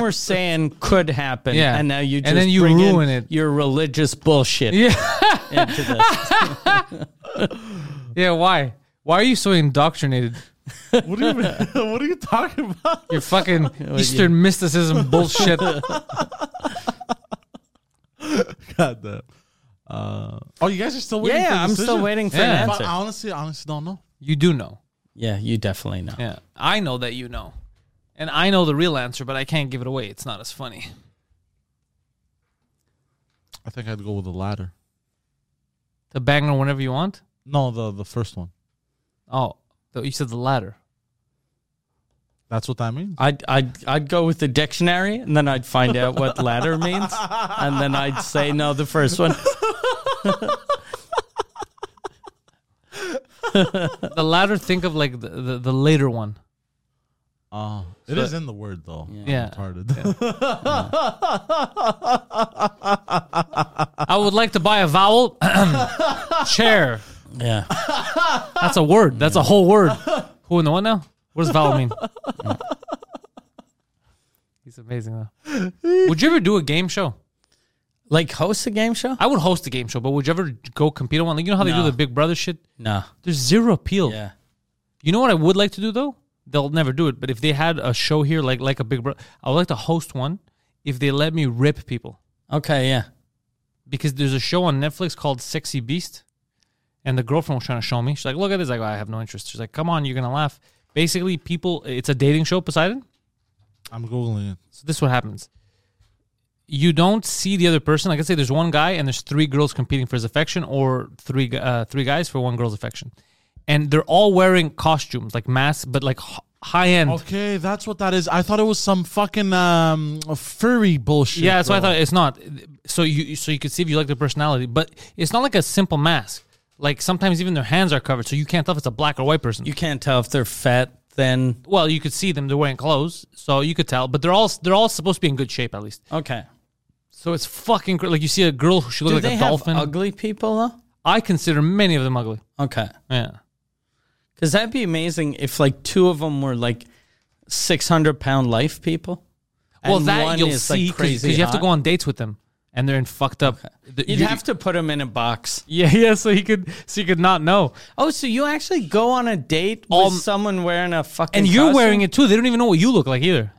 Speaker 2: we're saying could happen,
Speaker 1: Yeah.
Speaker 2: and now you
Speaker 1: And
Speaker 2: just
Speaker 1: then you
Speaker 2: bring in
Speaker 1: ruin it.
Speaker 2: Your religious bullshit. into this.
Speaker 1: Yeah, why? Why are you so indoctrinated?
Speaker 3: What are you, what are you talking about?
Speaker 1: Your fucking Eastern mysticism bullshit.
Speaker 3: God damn. Uh, oh, you guys are still waiting. for
Speaker 2: Yeah,
Speaker 3: a
Speaker 2: I'm
Speaker 3: decision?
Speaker 2: still waiting for
Speaker 1: Yeah.
Speaker 2: an
Speaker 3: But
Speaker 2: answer.
Speaker 3: I honestly, honestly don't know.
Speaker 1: You do know.
Speaker 2: Yeah, you definitely know.
Speaker 1: Yeah, I know that you know, and I know the real answer, but I can't give it away. It's not as funny.
Speaker 3: I think I'd go with the latter.
Speaker 1: The banger whenever you want.
Speaker 3: No, the the first one.
Speaker 1: Oh, th- you said the latter.
Speaker 3: That's what that
Speaker 1: Ah,
Speaker 3: means.
Speaker 2: I'd, I'd I'd go with the dictionary, and then I'd find out what ladder means, and then I'd say no, the first one.
Speaker 1: The latter. Think of like the the, the later one.
Speaker 3: Uh, it is in the word though.
Speaker 2: Oh,
Speaker 1: Yeah.
Speaker 3: Retarded.
Speaker 1: I would like to buy a vowel. Chair.
Speaker 2: Yeah,
Speaker 1: That's a word. That's a whole word. Who in the what now? What does vowel mean? He's amazing though. Would you ever do a game show?
Speaker 2: like host a game show?
Speaker 1: I would host a game show, but would you ever go compete on one? Like you know how they do
Speaker 2: No.
Speaker 1: the Big Brother shit.
Speaker 2: No.
Speaker 1: There's zero appeal.
Speaker 2: Yeah.
Speaker 1: You know what I would like to do though? They'll never do it. But if they had a show here, like like a Big Brother, I would like to host one. If they let me rip people,
Speaker 2: Okay. Yeah.
Speaker 1: because there's a show on Netflix called Sexy Beast, and the girlfriend was trying to show me. She's like, "Look at this." I go, "I have no interest." She's like, "Come on, you're gonna laugh." Basically, people, it's a dating show, Poseidon.
Speaker 3: I'm googling it.
Speaker 1: So this is what happens. You don't see the other person. Like I say, there's one guy and there's three girls competing for his affection, or three gu- uh, three guys for one girl's affection, and they're all wearing costumes like masks, but like h- high end.
Speaker 3: Okay, that's what that is. I thought it was some fucking um furry bullshit.
Speaker 1: yeah, that's why I
Speaker 3: bro.
Speaker 1: thought it's not. So you so you could see if you like their personality, but it's not like a simple mask. Like sometimes even their hands are covered, so you can't tell if it's a black or white person.
Speaker 2: You can't tell if they're fat, then.
Speaker 1: well, you could see them; they're wearing clothes, so you could tell. But they're all they're all supposed to be in good shape at least.
Speaker 2: Okay.
Speaker 1: So it's fucking cra- like you see a girl who she looks
Speaker 2: Do
Speaker 1: like
Speaker 2: they
Speaker 1: a
Speaker 2: have
Speaker 1: dolphin.
Speaker 2: ugly people,
Speaker 1: I consider many of them ugly.
Speaker 2: though? Okay.
Speaker 1: Yeah.
Speaker 2: Because that'd be amazing if like two of them were like 600 pound life people.
Speaker 1: Well,
Speaker 2: and
Speaker 1: that
Speaker 2: one
Speaker 1: you'll
Speaker 2: is,
Speaker 1: see because you have to
Speaker 2: hot.
Speaker 1: go on dates with them, and they're in fucked up. The-
Speaker 2: You'd
Speaker 1: you-
Speaker 2: have to put them in a box.
Speaker 1: Yeah, yeah. So he could, so you could not know.
Speaker 2: Oh, so you actually go on a date with
Speaker 1: Um,
Speaker 2: someone wearing a fucking
Speaker 1: And you're
Speaker 2: costume? Uh,
Speaker 1: wearing it too. They don't even know what you look like either.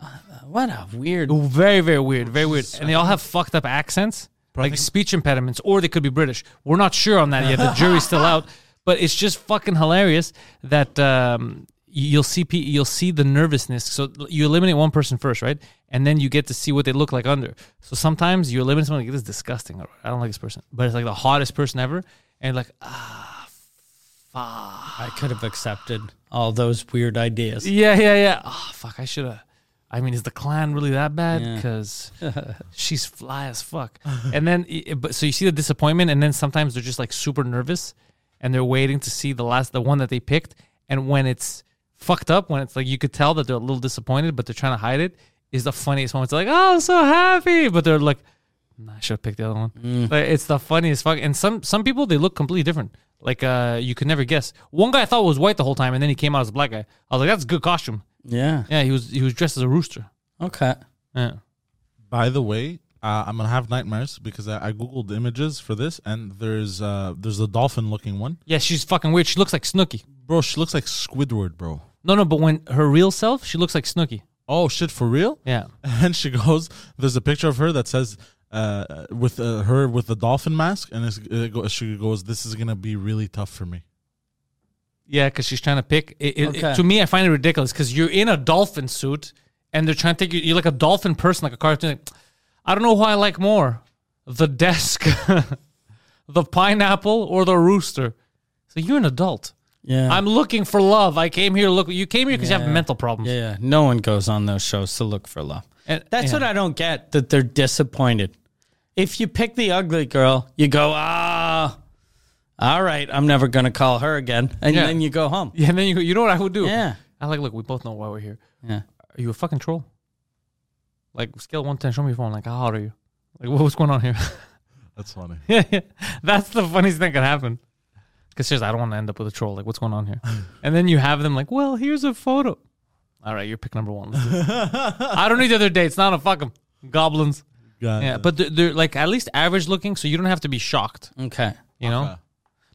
Speaker 2: What a weird.
Speaker 1: Very, very weird. Very weird. And they all have fucked up accents, like speech impediments, or they could be British. We're not sure on that yet. The jury's still out. But it's just fucking hilarious that um, you'll see pe- you'll see the nervousness. So you eliminate one person first, right? And then you get to see what they look like under. So sometimes you eliminate someone like this is disgusting. I don't like this person, but it's like the hottest person ever, and like
Speaker 2: I could have accepted all those weird ideas.
Speaker 1: Yeah, yeah, yeah. Oh, fuck. I should have. I mean, is the clan really that bad? Because she's fly as fuck. And then, i- but so you see the disappointment, and then sometimes they're just like super nervous, and they're waiting to see the last, the one that they picked. And when it's fucked up, when it's like you could tell that they're a little disappointed, but they're trying to hide it, is the funniest moments. They're like, oh, I'm so happy, but they're like, nah, I should have picked the other one. Like, it's the funniest fuck. And some some people they look completely different. Like uh, you could never guess. One guy I thought was white the whole time, and then he came out as a black guy. I was like, that's a good costume.
Speaker 2: Yeah.
Speaker 1: Yeah, he was he was dressed as a rooster.
Speaker 2: Okay.
Speaker 1: Yeah.
Speaker 3: By the way, uh, I'm gonna have nightmares because I, I googled images for this, and there's uh there's a dolphin looking one.
Speaker 1: Yeah, she's fucking weird. She looks like Snooki.
Speaker 3: Bro, she looks like Squidward, bro.
Speaker 1: No, no, but when her real self, she looks like Snooki.
Speaker 3: Oh shit, for real?
Speaker 1: Yeah.
Speaker 3: And she goes, there's a picture of her that says. Uh, with uh, her with the dolphin mask, and it's, it go, she goes, "This is gonna be really tough for me."
Speaker 1: Yeah, because she's trying to pick. It, it- it-
Speaker 2: Okay.
Speaker 1: to me, I find it ridiculous because you're in a dolphin suit and they're trying to take you. You're like a dolphin person, like a cartoon. Like, I don't know who I like more the desk, the pineapple, or the rooster. So you're an adult.
Speaker 2: Yeah.
Speaker 1: I'm looking for love. I came here. to Look, you came here because you have
Speaker 2: Yeah.
Speaker 1: mental problems.
Speaker 2: Yeah, yeah. No one goes on those shows to look for love.
Speaker 1: And-
Speaker 2: That's
Speaker 1: yeah.
Speaker 2: what I don't get that they're disappointed. If you pick the ugly girl, you go, ah, all right, I'm never going to call her again. And
Speaker 1: Yeah.
Speaker 2: then you go home.
Speaker 1: Yeah, and then you go, you know what I would do?
Speaker 2: Yeah.
Speaker 1: I like, look, we both know why we're here.
Speaker 2: Yeah.
Speaker 1: Are you a fucking troll? Like scale one ten, show me your phone. Like how hot are you? Like what, what's going on here?
Speaker 3: That's funny.
Speaker 1: That's the funniest thing that could happen. Because seriously, I don't want to end up with a troll. Like what's going on here? and then you have them like, well, here's a photo. All right, you're pick number one. Let's do it. I don't need the other dates. Not a fuck 'em. goblins.
Speaker 3: Got
Speaker 1: Yeah,
Speaker 3: it.
Speaker 1: but they're, they're like at least average looking, so you don't have to be shocked.
Speaker 2: Okay.
Speaker 1: You know.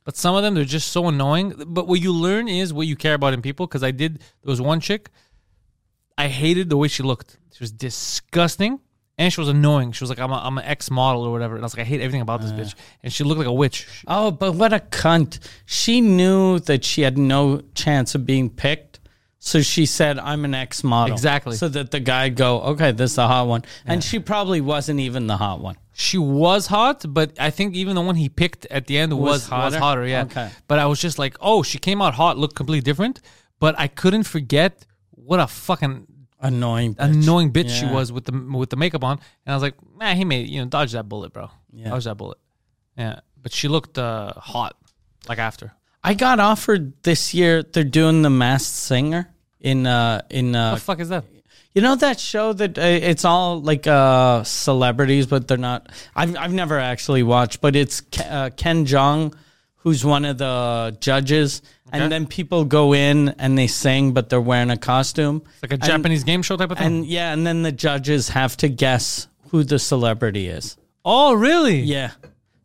Speaker 1: But some of them they're just so annoying. But what you learn is what you care about in people. Because I did there was one chick, I hated the way she looked. She was disgusting and she was annoying. She was like, "I'm a, I'm an ex model or whatever," and I was like, "I hate everything about this bitch." And she looked like a witch. She-
Speaker 2: Oh, but what a cunt. She knew that she had no chance of being picked. So she said, I'm an ex model.
Speaker 1: Exactly.
Speaker 2: So that the guy'd go, okay, this is the hot one. And she probably wasn't even the hot one.
Speaker 1: She was hot, but I think even the one he picked at the end was was hotter.
Speaker 2: hotter?
Speaker 1: yeah,
Speaker 2: Okay.
Speaker 1: but I was just like, "Oh, she came out hot, looked completely different." But I couldn't forget what a fucking
Speaker 2: Annoying. Bitch.
Speaker 1: annoying bitch she
Speaker 2: Yeah.
Speaker 1: was with the with the makeup on, and I was like, man, he made you know dodge that bullet, bro.
Speaker 2: Yeah.
Speaker 1: Dodge that bullet. Yeah, but she looked uh, hot, like after.
Speaker 2: I got offered this year. They're doing the Masked Singer in uh in
Speaker 1: What
Speaker 2: uh
Speaker 1: the fuck is that?
Speaker 2: you know that show that uh, it's all like uh celebrities, but they're not. I've I've never actually watched, but it's Ke- uh, Ken Jong, who's one of the judges, and then people go in and they sing, but they're wearing a costume.
Speaker 1: It's like a
Speaker 2: And-
Speaker 1: Japanese game show type of thing.
Speaker 2: And yeah, and then the judges have to guess who the celebrity is.
Speaker 1: oh, really?
Speaker 2: Yeah.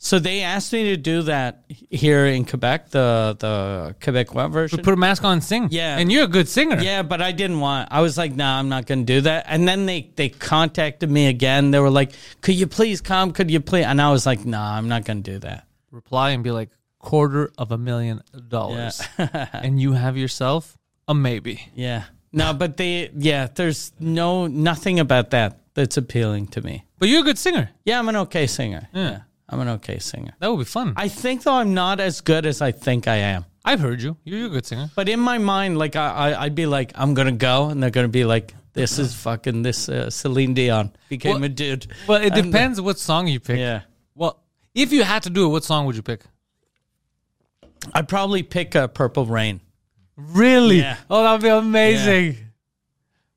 Speaker 2: So they asked me to do that here in Quebec, the the Quebecois version.
Speaker 1: Put a mask on, and sing.
Speaker 2: Yeah.
Speaker 1: and you're a good singer.
Speaker 2: Yeah, but I didn't want. I was like, no, nah, I'm not going to do that. And then they they contacted me again. They were like, could you please come? Could you please? And I was like, nah, I'm not going to do that.
Speaker 1: Reply and be like quarter of a million dollars, and you have yourself a maybe.
Speaker 2: Yeah. No, but they, yeah, there's no, nothing about that that's appealing to me.
Speaker 1: But you're a good singer.
Speaker 2: Yeah, I'm an okay singer. Yeah. I'm an okay singer.
Speaker 1: That would be fun. I,
Speaker 2: I think, though, I'm not as good as I think I am.
Speaker 1: have heard you. You're a good singer.
Speaker 2: But in my mind, like, I, I, I'd be like, I'm going to go, and they're going to be like, this is fucking this uh, Celine Dion became
Speaker 1: Well-
Speaker 2: a dude.
Speaker 1: Well, it
Speaker 2: And-
Speaker 1: depends what song you pick.
Speaker 2: Yeah.
Speaker 1: Well, if you had to do it, what song would you pick?
Speaker 2: I'd probably pick uh, Purple Rain.
Speaker 1: Really?
Speaker 2: Yeah.
Speaker 1: Oh, that would be amazing.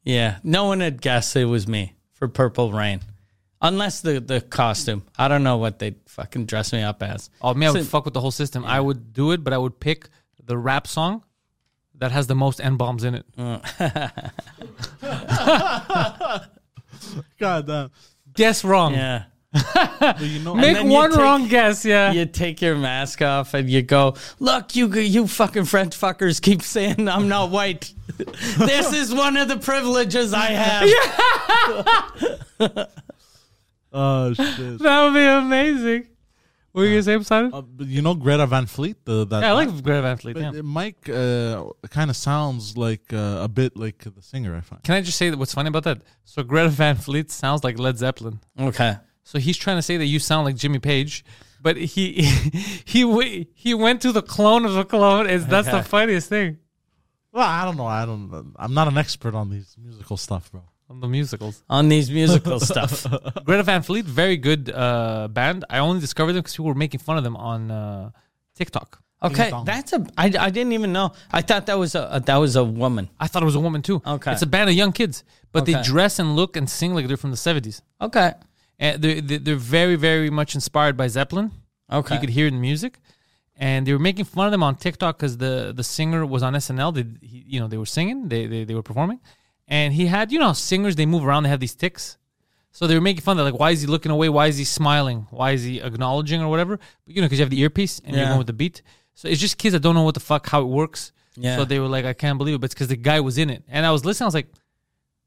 Speaker 2: Yeah. No one had guessed it was me for Purple Rain. Unless the, the costume. I don't know what they fucking dress me up as.
Speaker 1: Oh man, I would
Speaker 2: So-
Speaker 1: fuck with the whole system. I would do it, but I would pick the rap song that has the most n bombs in it.
Speaker 3: God damn.
Speaker 1: Guess wrong.
Speaker 2: Yeah.
Speaker 3: Do you know?
Speaker 1: Make
Speaker 2: then you
Speaker 1: one
Speaker 2: take-
Speaker 1: wrong guess. Yeah.
Speaker 2: You take your mask off and you go, look, you you fucking French fuckers keep saying I'm not white. this is one of the privileges I have.
Speaker 3: oh shit.
Speaker 1: That would be amazing. What were you gonna say, Simon?
Speaker 2: Oh.
Speaker 3: Uh, but you know Greta Van Fleet. The, that
Speaker 1: yeah, I like Greta Van Fleet.
Speaker 3: But
Speaker 1: Yeah.
Speaker 3: uh, Mike uh, kind of sounds like uh, a bit like the singer. I find.
Speaker 1: Can I just say that what's funny about that? So Greta Van Fleet sounds like Led Zeppelin.
Speaker 2: Okay.
Speaker 1: So he's trying to say that you sound like Jimmy Page, but he he w- he went to the clone of the clone. Is that's the
Speaker 2: Okay.
Speaker 1: funniest thing
Speaker 3: Well, I don't know. I don't. I'm not an expert on these musical stuff, bro.
Speaker 1: on the musicals?
Speaker 2: On these musical stuff.
Speaker 1: Greta Van Fleet, very good uh, band. I only discovered them because people were making fun of them on uh, TikTok.
Speaker 2: Okay. That's a I, I didn't even know. I thought that was a, a that was a woman.
Speaker 1: I thought it was a woman too.
Speaker 2: Okay.
Speaker 1: it's a band of young kids, but they
Speaker 2: Okay.
Speaker 1: dress and look and sing like they're from the seventies.
Speaker 2: Okay.
Speaker 1: And they're they're they're very very much inspired by Zeppelin.
Speaker 2: Okay.
Speaker 1: you could hear in the music. And they were making fun of them on TikTok because the the singer was on SNL. They he, you know they were singing, they, they they were performing, and he had you know how singers they move around, they have these ticks. So they were making fun of like why is he looking away? Why is he smiling? Why is he acknowledging or whatever? But, you know because you have the earpiece and you're
Speaker 2: Yeah.
Speaker 1: going with the beat. So it's just kids that don't know what the fuck how it works.
Speaker 2: Yeah.
Speaker 1: So they were like, I can't believe it, but it's because the guy was in it. And I was listening, I was like,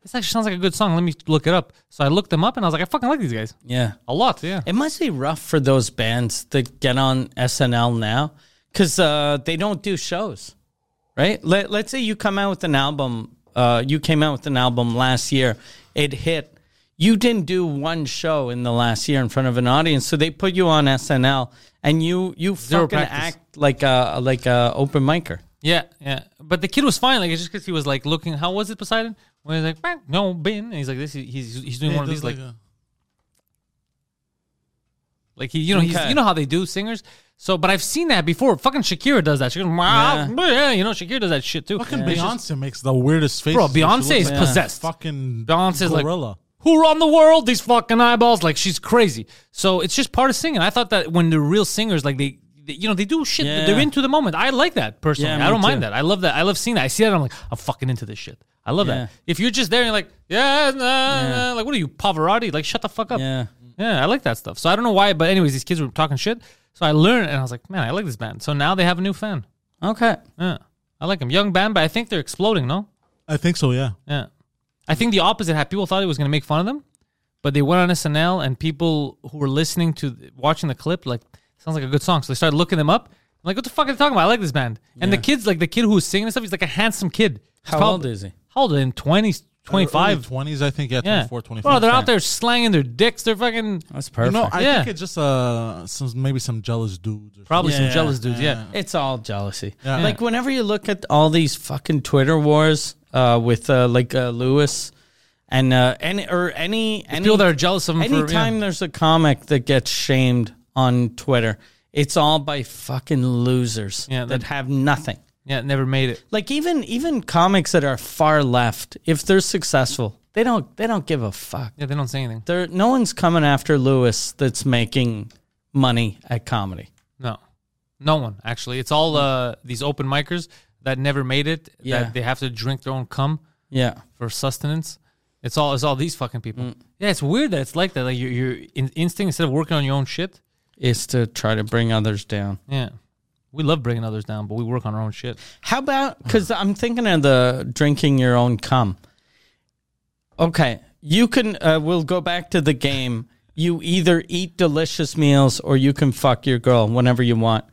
Speaker 1: this actually sounds like a good song. Let me look it up. So I looked them up and I was like, I fucking like these guys
Speaker 2: yeah.
Speaker 1: a lot. Yeah.
Speaker 2: It must be rough for those bands that get on SNL now because uh, they don't do shows, right? Let, let's say you come out with an album, uh, you came out with an album last year, it hit. You didn't do one show in the last year in front of an audience, so they put you on SNL and you you fucking
Speaker 1: practice.
Speaker 2: act like a like a open micer.
Speaker 1: Yeah, yeah. But the kid was fine. Like it's just because he was like looking. How was it, Poseidon? When he's like, "Wah, no bin, and he's like, this. He's he's, he's doing
Speaker 3: It
Speaker 1: one of
Speaker 3: does
Speaker 1: these like
Speaker 3: a-
Speaker 1: like he you know he's
Speaker 2: Okay.
Speaker 1: you know how they do singers. So, but I've seen that before. Fucking Shakira does that. She goes, "Wah,
Speaker 2: Yeah.
Speaker 1: bah," yeah. you know, Shakira does that shit too.
Speaker 3: Fucking
Speaker 1: It's
Speaker 3: Beyonce
Speaker 1: just-
Speaker 3: makes the weirdest face.
Speaker 1: bro. Beyonce is
Speaker 2: like a
Speaker 1: possessed.
Speaker 3: Fucking
Speaker 1: Beyonce is like-
Speaker 3: gorilla.
Speaker 1: Who run the world? These fucking eyeballs. Like she's crazy. So it's just part of singing. I thought that when the real singers, like they. they- You know they do shit.
Speaker 2: Yeah.
Speaker 1: They're into the moment. I like that personally.
Speaker 2: Yeah, me
Speaker 1: I don't mind
Speaker 2: too.
Speaker 1: that. I love that. I love seeing that. I see that. I'm like, I'm fucking into this shit. I love
Speaker 2: Yeah.
Speaker 1: that. If you're just there, and you're like, yeah, nah, nah," like what are you Pavarotti? Like shut the fuck up.
Speaker 2: Yeah.
Speaker 1: Yeah, I like that stuff. So I don't know why, but anyways, these kids were talking shit. So I learned, and I was like, man, I like this band. So now they have a new fan.
Speaker 2: Okay.
Speaker 1: Yeah, I like them. Young band, but I think they're exploding. No.
Speaker 3: I think so. Yeah.
Speaker 1: Yeah. I think the opposite happened. People thought it was going to make fun of them, but they went on SNL and people who were listening to watching the clip like sounds like a good song. So they started looking them up. I'm like, what the fuck are they talking about? I like this band. And the kids, like the kid who was singing this stuff, he's like a handsome kid. He's
Speaker 2: How
Speaker 1: prob-
Speaker 2: old is he?
Speaker 1: How old? In 20s, 25.
Speaker 3: Twenties. I think. Yeah.
Speaker 1: yeah.
Speaker 3: 24, 25.
Speaker 1: Bro, they're out there slanging their dicks. They're fucking
Speaker 2: That's
Speaker 3: You
Speaker 2: perfect.
Speaker 3: know, I
Speaker 1: Yeah.
Speaker 3: think it's just uh some maybe some jealous dudes. Or
Speaker 1: probably some
Speaker 2: Yeah,
Speaker 1: jealous dudes. Yeah.
Speaker 2: It's all jealousy.
Speaker 3: Yeah.
Speaker 2: Like whenever you look at all these fucking Twitter wars uh, with uh, like uh, Lewis and uh, any or any any
Speaker 1: people that are jealous of him for- yeah.
Speaker 2: Anytime there's a comic that gets shamed on Twitter, it's all by fucking losers
Speaker 1: Yeah,
Speaker 2: that
Speaker 1: that-
Speaker 2: have nothing.
Speaker 1: Yeah, never made it.
Speaker 2: Like even even comics that are far left, if they're successful, they don't they don't give a fuck.
Speaker 1: Yeah, they don't say anything.
Speaker 2: They're, no one's coming after Lewis that's making money at comedy.
Speaker 1: No, no one actually. It's all uh, these open micers that never made it.
Speaker 2: Yeah.
Speaker 1: That they have to drink their own cum
Speaker 2: Yeah.
Speaker 1: for sustenance. It's all it's all these fucking people.
Speaker 2: Mm.
Speaker 1: Yeah, it's weird that it's like that. Like your your in- instinct instead of working on your own shit.
Speaker 2: Is to try to bring others down.
Speaker 1: Yeah, we love bringing others down, but we work on our own shit.
Speaker 2: How about because I'm thinking of the drinking your own cum. Okay, you can. Uh, we'll go back to the game. You either eat delicious meals or you can fuck your girl whenever you want.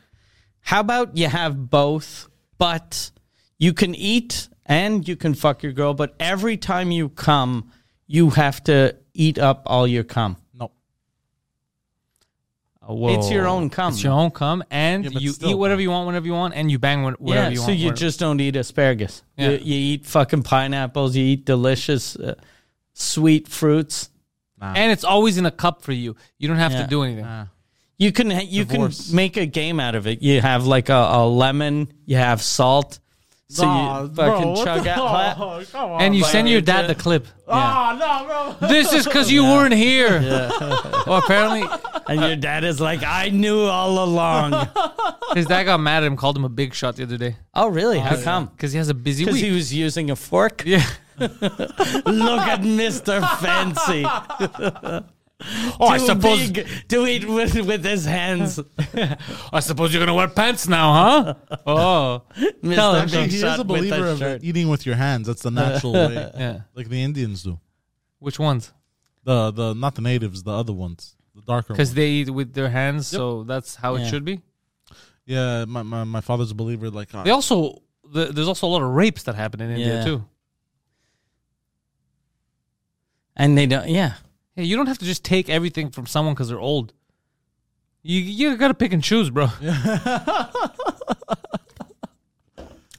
Speaker 2: How about you have both, but you can eat and you can fuck your girl, but every time you come, you have to eat up all your cum.
Speaker 3: No.
Speaker 2: It's your own cum.
Speaker 1: Uh, It's your own cum, and
Speaker 3: Yeah, but
Speaker 1: you
Speaker 3: still,
Speaker 1: eat whatever you want whenever you want, and you bang wh- whatever
Speaker 2: yeah,
Speaker 1: you
Speaker 2: so
Speaker 1: want.
Speaker 2: you
Speaker 1: whatever-
Speaker 2: just don't eat asparagus.
Speaker 1: Yeah.
Speaker 2: You, you eat fucking pineapples. You eat delicious, uh, sweet fruits.
Speaker 1: and it's always in a cup for you. You don't have
Speaker 2: Yeah. Ah.
Speaker 1: to do anything.
Speaker 2: You can you
Speaker 3: Divorce.
Speaker 2: can make a game out of it. You have like a, a lemon. You have salt. So
Speaker 3: Aw,
Speaker 2: you
Speaker 3: bro,
Speaker 2: fucking
Speaker 3: what
Speaker 2: chug
Speaker 3: the-
Speaker 2: out.
Speaker 3: Oh, come on.
Speaker 1: and you send your dad
Speaker 2: Violated.
Speaker 1: the clip.
Speaker 3: Ah, no, bro.
Speaker 1: This is because you weren't here. well, apparently
Speaker 2: And your dad is like, I knew all along.
Speaker 1: his dad got mad at him, called him a big shot the other day
Speaker 2: oh, really? How come?
Speaker 1: because he has a busy
Speaker 2: Because
Speaker 1: week.
Speaker 2: he was using a fork. Yeah. Look at Mister Fancy.
Speaker 1: oh,
Speaker 2: Too big to eat with, with his hands.
Speaker 1: I suppose you're gonna wear pants now, huh? Oh,
Speaker 2: Mr.
Speaker 3: Actually,
Speaker 2: Big
Speaker 3: he is
Speaker 2: Shot
Speaker 3: a
Speaker 2: with
Speaker 3: believer
Speaker 2: a
Speaker 3: of
Speaker 2: shirt.
Speaker 3: eating with your hands. That's the natural way.
Speaker 1: Yeah.
Speaker 3: Like the Indians do.
Speaker 1: which ones?
Speaker 3: The the not the natives, the other ones, the darker
Speaker 1: Because
Speaker 3: ones.
Speaker 1: they eat with their hands, so that's how it should be.
Speaker 3: Yeah, my, my, my father's a believer. Like uh,
Speaker 1: They also the, there's also a lot of rapes that happen in India
Speaker 2: Yeah.
Speaker 1: too.
Speaker 2: And they don't. Yeah.
Speaker 1: Hey, you don't have to just take everything from someone because they're old. You you gotta pick and choose, bro.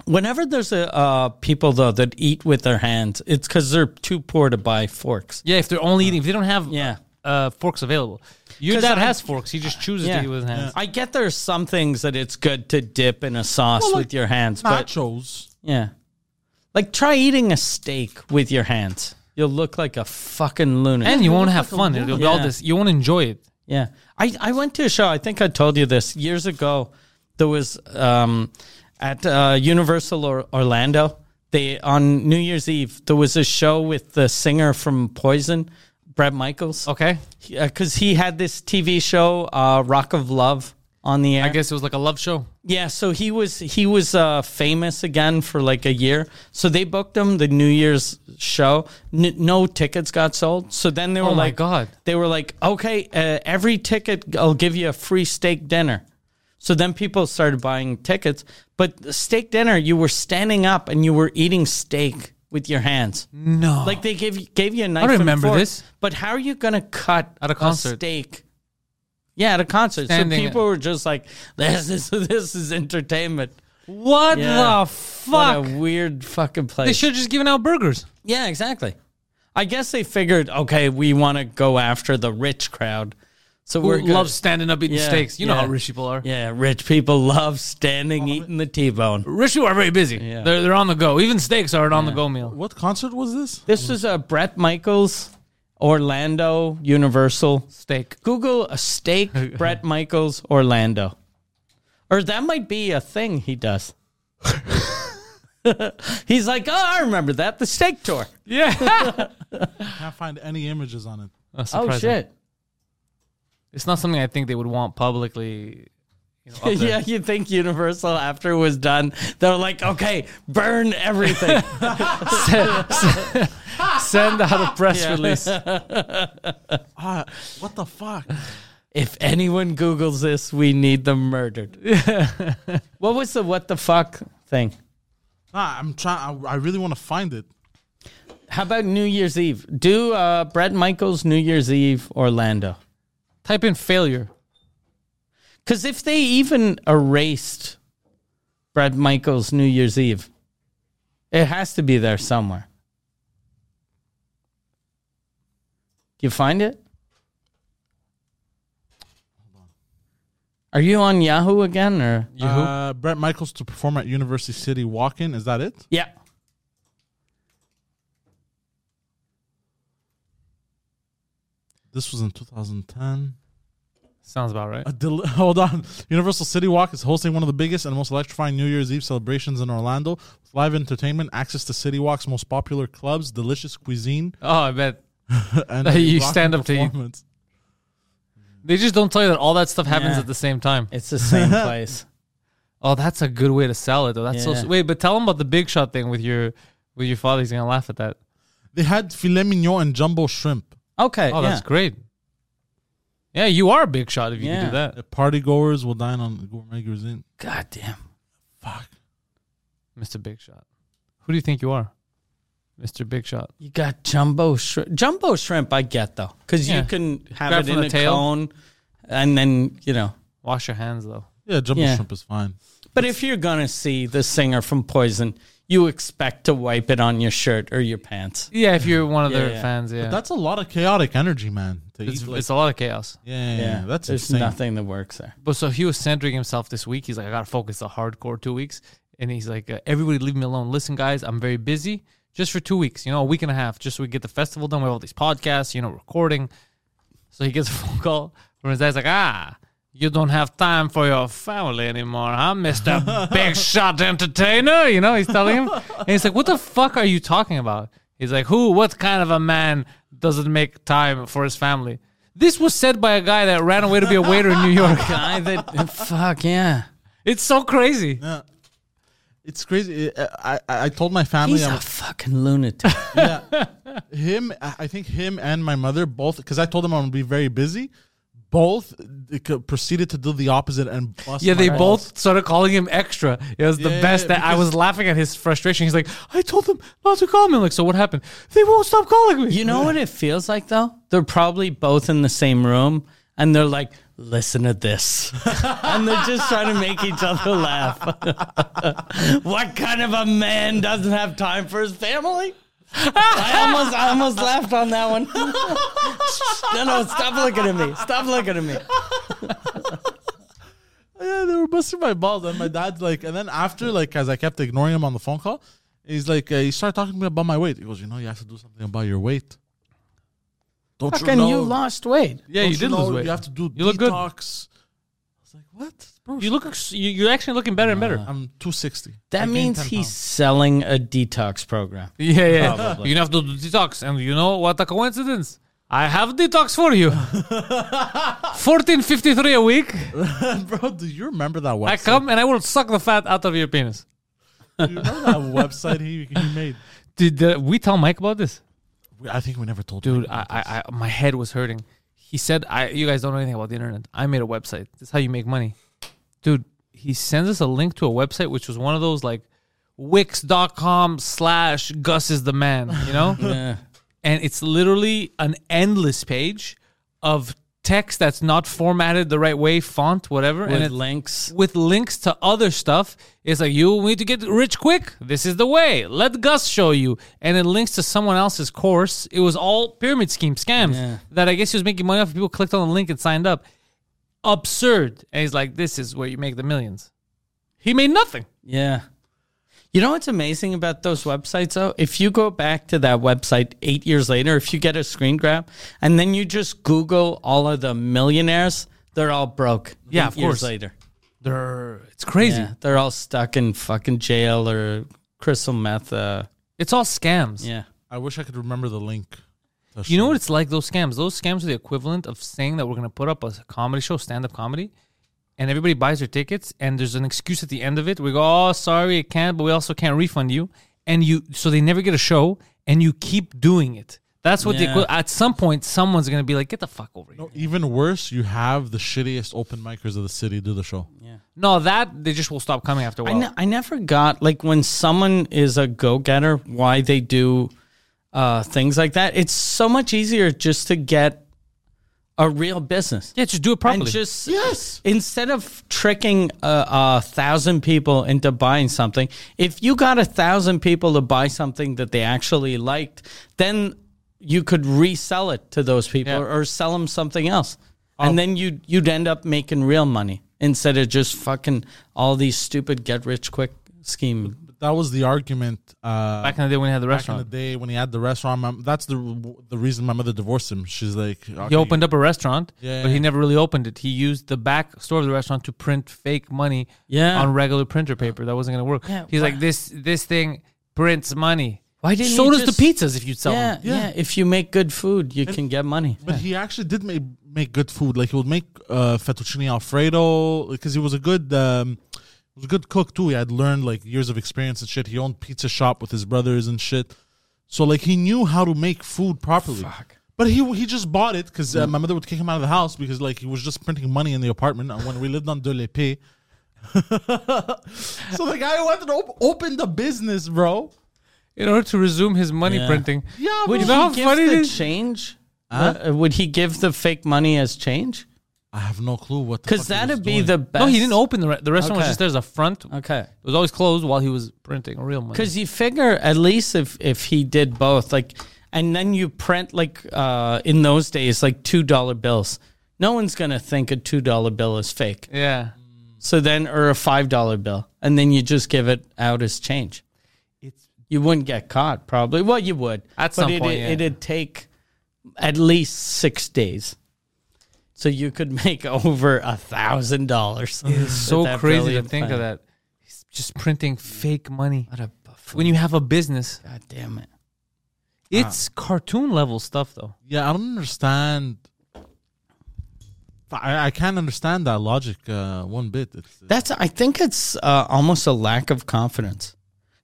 Speaker 2: Whenever there's a uh, people though that eat with their hands, it's because they're too poor to buy forks.
Speaker 1: Yeah, if they're only eating, if they don't have
Speaker 2: Yeah.
Speaker 1: uh, forks available, your
Speaker 2: 'Cause
Speaker 1: dad
Speaker 2: I-
Speaker 1: has forks. He just chooses
Speaker 2: Yeah.
Speaker 1: to eat with his hands.
Speaker 2: I get there's some things that it's good to dip in a sauce
Speaker 3: Well, like
Speaker 2: with your hands, but
Speaker 3: nachos.
Speaker 2: yeah, like try eating a steak with your hands. You'll look like a fucking lunatic.
Speaker 1: And you won't have fun. It'll be all
Speaker 2: Yeah.
Speaker 1: this. You won't enjoy it.
Speaker 2: Yeah. I, I went to a show, I think I told you this years ago. There was um, at uh, Universal or Orlando, they on New Year's Eve, there was a show with the singer from Poison, Brett Michaels.
Speaker 1: Okay.
Speaker 2: Because he had this TV show, uh, Rock of Love, on the air.
Speaker 1: I guess it was like a love show.
Speaker 2: Yeah, so he was he was uh, famous again for like a year. So they booked him the New Year's show. N- no tickets got sold. So then they were
Speaker 1: Oh my
Speaker 2: like,
Speaker 1: God.
Speaker 2: They were like, "Okay, uh, every ticket, I'll give you a free steak dinner." So then people started buying tickets. But the steak dinner, you were standing up and you were eating steak with your hands.
Speaker 1: No.
Speaker 2: Like they gave you- gave you a knife. and
Speaker 1: remember
Speaker 2: fork,
Speaker 1: this.
Speaker 2: But how are you gonna cut
Speaker 1: At a concert.
Speaker 2: steak? Yeah, at a concert.
Speaker 1: Standing-
Speaker 2: so people were just like, "This is this is entertainment."
Speaker 1: what the
Speaker 2: Yeah.
Speaker 1: fuck?
Speaker 2: What a weird fucking place.
Speaker 1: they should have just given out burgers.
Speaker 2: Yeah, exactly. I guess they figured, okay, we want to go after the rich crowd, so
Speaker 1: Who
Speaker 2: we're good.
Speaker 1: loves standing up eating
Speaker 2: Yeah,
Speaker 1: steaks? You know
Speaker 2: yeah.
Speaker 1: how rich people are.
Speaker 2: Yeah, rich people love standing eating the T-bone.
Speaker 1: Rich people are very busy. They're, they're on the go. Even steaks are an on the go meal.
Speaker 3: What concert was this?
Speaker 2: This is a Brett Michaels, Orlando Universal.
Speaker 1: Steak.
Speaker 2: Google a steak Brett Michaels Orlando. Or that might be a thing he does. He's like, oh, I remember that. The steak tour.
Speaker 1: Yeah.
Speaker 3: Can't find any images on it.
Speaker 2: Oh, shit.
Speaker 1: It's not something I think they would want publicly. You know, up there.
Speaker 2: Yeah, you think Universal after it was done, they're like, okay, burn everything.
Speaker 1: Send out a press release.
Speaker 3: Ah, what the fuck?
Speaker 2: if anyone Googles this, we need them murdered. what was the what the fuck thing?
Speaker 3: Nah, I'm trying. I, I really want to find it.
Speaker 2: How about New Year's Eve? Do uh, Brett Michaels New Year's Eve Orlando.
Speaker 1: Type in failure.
Speaker 2: Because if they even erased Brad Michaels New Year's Eve, it has to be there somewhere. You find it? Are you on Yahoo again or
Speaker 3: Uh, Brett Michaels to perform at University City Walk In. Is that it?
Speaker 2: Yeah.
Speaker 3: This was in 2010.
Speaker 1: Sounds about right.
Speaker 3: A del- hold on. Universal City Walk is hosting one of the biggest and most electrifying New Year's Eve celebrations in Orlando with live entertainment, access to City Walk's most popular clubs, delicious cuisine,
Speaker 1: Oh, I bet.
Speaker 3: and
Speaker 1: You
Speaker 3: rocking
Speaker 1: stand up to eat.
Speaker 3: performance.
Speaker 1: They just don't tell you that all that stuff happens
Speaker 2: Yeah.
Speaker 1: at the same time.
Speaker 2: It's the same place.
Speaker 1: Oh, that's a good way to sell it, though. That's
Speaker 2: Yeah.
Speaker 1: so. Wait, but tell him about the big shot thing with your with your father. He's gonna laugh at that.
Speaker 3: They had filet mignon and jumbo shrimp.
Speaker 2: Okay.
Speaker 1: Oh,
Speaker 2: yeah.
Speaker 1: that's great. Yeah, you are a big shot if you can
Speaker 2: Yeah.
Speaker 1: do that.
Speaker 3: The party goers will dine on gourmet cuisine.
Speaker 2: God damn.
Speaker 3: Fuck.
Speaker 1: Mr. Big Shot. Who do you think you are, Mister Big Shot?
Speaker 2: You got jumbo shrimp. Jumbo shrimp, I get though, because
Speaker 1: Yeah.
Speaker 2: you can have
Speaker 1: Grab
Speaker 2: it
Speaker 1: from
Speaker 2: in
Speaker 1: the
Speaker 2: a
Speaker 1: tail.
Speaker 2: cone, and then you know.
Speaker 1: Wash your hands though.
Speaker 3: Yeah, jumbo
Speaker 2: Yeah.
Speaker 3: shrimp is fine.
Speaker 2: But if you're gonna see the singer from Poison, you expect to wipe it on your shirt or your pants.
Speaker 1: Yeah, if you're one of
Speaker 2: Yeah,
Speaker 1: their
Speaker 2: yeah.
Speaker 1: fans, yeah,
Speaker 3: That's a lot of chaotic energy, man. To
Speaker 1: it's,
Speaker 3: eat like,
Speaker 1: it's a lot of chaos.
Speaker 3: yeah, yeah, yeah, that's
Speaker 2: there's
Speaker 3: insane.
Speaker 2: nothing that works there.
Speaker 1: But so he was centering himself this week. He's like, I gotta focus the hardcore two weeks, and he's like, uh, everybody leave me alone. Listen, guys, I'm very busy. Just for two weeks, you know, a week and a half, just so we get the festival done. We have all these podcasts, you know, recording. So he gets a phone call from his dad's like, ah, you don't have time for your family anymore, huh, Mr. Big Shot Entertainer? You know, he's telling him. And he's like, what the fuck are you talking about? He's like, who, what kind of a man doesn't make time for his family? This was said by a guy that ran away to be a waiter in New York.
Speaker 2: Guy that fuck yeah.
Speaker 1: It's so crazy.
Speaker 3: It's crazy. I, I I told my family.
Speaker 2: He's
Speaker 3: I'm-
Speaker 2: a fucking lunatic.
Speaker 3: him i I think him and my mother both because i told them i'm gonna be very busy both they co- proceeded to do the opposite and bust
Speaker 1: Yeah,
Speaker 3: my
Speaker 1: they
Speaker 3: balls.
Speaker 1: both started calling him extra. It was the
Speaker 3: Yeah,
Speaker 1: best that I
Speaker 3: because-
Speaker 1: was laughing at his frustration. He's like, I told them not to call me. Like, so what happened? They won't stop calling me.
Speaker 2: You know what it feels like though? They're probably both in the same room and they're like, listen to this. and they're just trying to make each other laugh. what kind of a man doesn't have time for his family? I almost I almost laughed on that one. no, no, stop looking at me. Stop looking at me.
Speaker 3: yeah they were busting my balls and my dad's like and then after like as i kept ignoring him on the phone call he's like uh, he started talking to me about my weight he goes you know you have to do something about your weight don't
Speaker 2: Fucking you lost weight.
Speaker 1: yeah,
Speaker 3: don't
Speaker 1: you did
Speaker 3: know
Speaker 1: lose weight.
Speaker 3: you have to do
Speaker 1: You look good.
Speaker 3: detox i was like what Bro,
Speaker 1: You look. ex- you- You're actually looking better and better.
Speaker 3: i'm 260
Speaker 2: That means he's selling a detox program.
Speaker 1: yeah, yeah. You have to do detox, and you know what a coincidence. I have detox for you. Fourteen fifty three a week.
Speaker 3: bro do you remember that website
Speaker 1: I come and I will suck the fat out of your penis.
Speaker 3: do you remember that website he, he made
Speaker 1: Did uh, we tell Mike about this?
Speaker 3: We- I think we never told
Speaker 1: dude
Speaker 3: Mike
Speaker 1: I,
Speaker 3: about this.
Speaker 1: I, I my head was hurting he said i you guys don't know anything about the internet i made a website this is how you make money dude he sends us a link to a website which was one of those like wix.com slash gus is the man you know and it's literally an endless page of text that's not formatted the right way font whatever
Speaker 2: With
Speaker 1: and it,
Speaker 2: links.
Speaker 1: with links to other stuff. It's like you need to get rich quick. This is the way. Let Gus show you. And it links to someone else's course. It was all pyramid scheme scams
Speaker 2: Yeah.
Speaker 1: that I guess he was making money off. People clicked on the link and signed up. Absurd. And he's like, "This is where you make the millions. He made nothing.
Speaker 2: Yeah. You know what's amazing about those websites, though? If you go back to that website eight years later, if you get a screen grab and then you just Google all of the millionaires, they're all broke.
Speaker 1: Yeah,
Speaker 2: eight
Speaker 1: of
Speaker 2: years
Speaker 1: course.
Speaker 2: later.
Speaker 1: They're, it's crazy.
Speaker 2: Yeah, they're all stuck in fucking jail or crystal meth. Uh,
Speaker 1: It's all scams.
Speaker 2: yeah.
Speaker 3: I wish I could remember the link.
Speaker 1: You know what it's like those scams? Those scams are the equivalent of saying that we're going to put up a comedy show, stand up comedy, and everybody buys their tickets and there's an excuse at the end of it. We go, "Oh, sorry, it can't, but we also can't refund you." And you so they never get a show and you keep doing it. That's what
Speaker 2: Yeah.
Speaker 1: the equi- at some point someone's going to be like, "Get the fuck over here."
Speaker 3: Even worse, you have the shittiest open micers of the city do the show.
Speaker 1: No, that they just will stop coming after a
Speaker 2: I,
Speaker 1: while.
Speaker 2: ne- I never got like when someone is a go getter, why they do uh, things like that. It's so much easier just to get a real business.
Speaker 1: Yeah, just do it properly.
Speaker 2: And just
Speaker 3: Yes.
Speaker 2: instead of tricking a, a thousand people into buying something, if you got a thousand people to buy something that they actually liked, then you could resell it to those people
Speaker 1: Yeah.
Speaker 2: or, sell them something else, and then you you'd end up making real money instead of just fucking all these stupid get rich quick scheme.
Speaker 3: That was the argument uh,
Speaker 1: back in the day when you had the
Speaker 3: back in the
Speaker 1: restaurant,
Speaker 3: day when he had the restaurant. My, that's the the reason my mother divorced him. She's like,
Speaker 1: he opened up a restaurant,
Speaker 3: Yeah.
Speaker 1: but he never really opened it. He used the back store of the restaurant to print fake money
Speaker 2: Yeah.
Speaker 1: on regular printer paper. That wasn't going to work.
Speaker 2: Yeah,
Speaker 1: He's
Speaker 2: why-
Speaker 1: like, this this thing prints money.
Speaker 2: Why didn't
Speaker 1: so
Speaker 2: you
Speaker 1: does
Speaker 2: just-
Speaker 1: the pizzas if you sell
Speaker 2: Yeah,
Speaker 1: them.
Speaker 2: yeah, If you make good food, you can get money.
Speaker 3: But he actually did make make good food. Like he would make uh, fettuccine alfredo because he was a good um, he was a good cook too. He had learned like years of experience and shit. He owned pizza shop with his brothers and shit. So like he knew how to make food properly. But he he just bought it because uh, my mother would kick him out of the house because like he was just printing money in the apartment and when we lived on De L'Épée. so the guy wanted to op- open the business, bro.
Speaker 1: in order to resume his money
Speaker 2: Yeah.
Speaker 1: printing.
Speaker 3: Yeah,
Speaker 2: Would
Speaker 1: You know how
Speaker 2: he
Speaker 1: funny
Speaker 2: give
Speaker 1: it
Speaker 2: the
Speaker 1: is?
Speaker 2: change? Uh, would he give the fake money as change?
Speaker 3: I have no clue what. the
Speaker 2: Because
Speaker 3: fuck he was
Speaker 2: that'd be
Speaker 3: doing.
Speaker 2: the best.
Speaker 1: No, he didn't open the re- the restaurant was
Speaker 2: Okay.
Speaker 1: just there as a front. It
Speaker 2: Okay.
Speaker 1: was always closed while he was printing real money.
Speaker 2: Because you figure at least if if he did both, like, and then you print like uh, in those days like two dollar bills. No one's gonna think a two dollar bill is fake.
Speaker 1: yeah,
Speaker 2: So then, or a five dollar bill, and then you just give it out as change.
Speaker 1: It's-
Speaker 2: you wouldn't get caught probably. Well, you would
Speaker 1: At some
Speaker 2: it,
Speaker 1: point,
Speaker 2: It,
Speaker 1: yeah.
Speaker 2: it'd take at least six days. So you could make over a thousand dollars.
Speaker 1: it's so crazy to think of that. He's just printing fake money
Speaker 2: What a Ah.
Speaker 1: when you have a business.
Speaker 2: God damn it!
Speaker 1: It's cartoon level stuff though.
Speaker 3: Yeah, I don't understand. I, I can't understand that logic uh, one bit. It's,
Speaker 2: That's I think it's uh, almost a lack of confidence.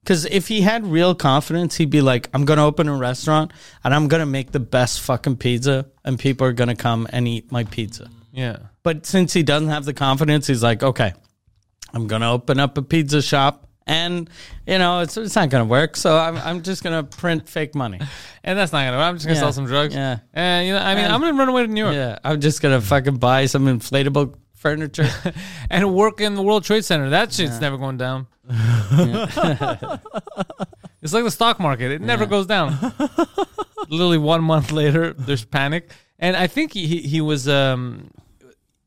Speaker 2: Because if he had real confidence, he'd be like, "I'm gonna open a restaurant and I'm gonna make the best fucking pizza, and people are gonna come and eat my pizza."
Speaker 1: Yeah,
Speaker 2: But since he doesn't have the confidence, he's like, okay, I'm going to open up a pizza shop. And, you know, it's, it's not going to work. So I'm, I'm just going to print fake money.
Speaker 1: and that's not gonna. I'm just gonna
Speaker 2: Yeah.
Speaker 1: sell some drugs.
Speaker 2: Yeah.
Speaker 1: and you know, I mean,
Speaker 2: And-
Speaker 1: I'm gonna run away to New York
Speaker 2: Yeah. I'm just going to fucking buy some inflatable furniture.
Speaker 1: and work in the World Trade Center. That shit's never going down. it's like the stock market; it never goes down. Literally one month later, there's panic, and I think he he, he was um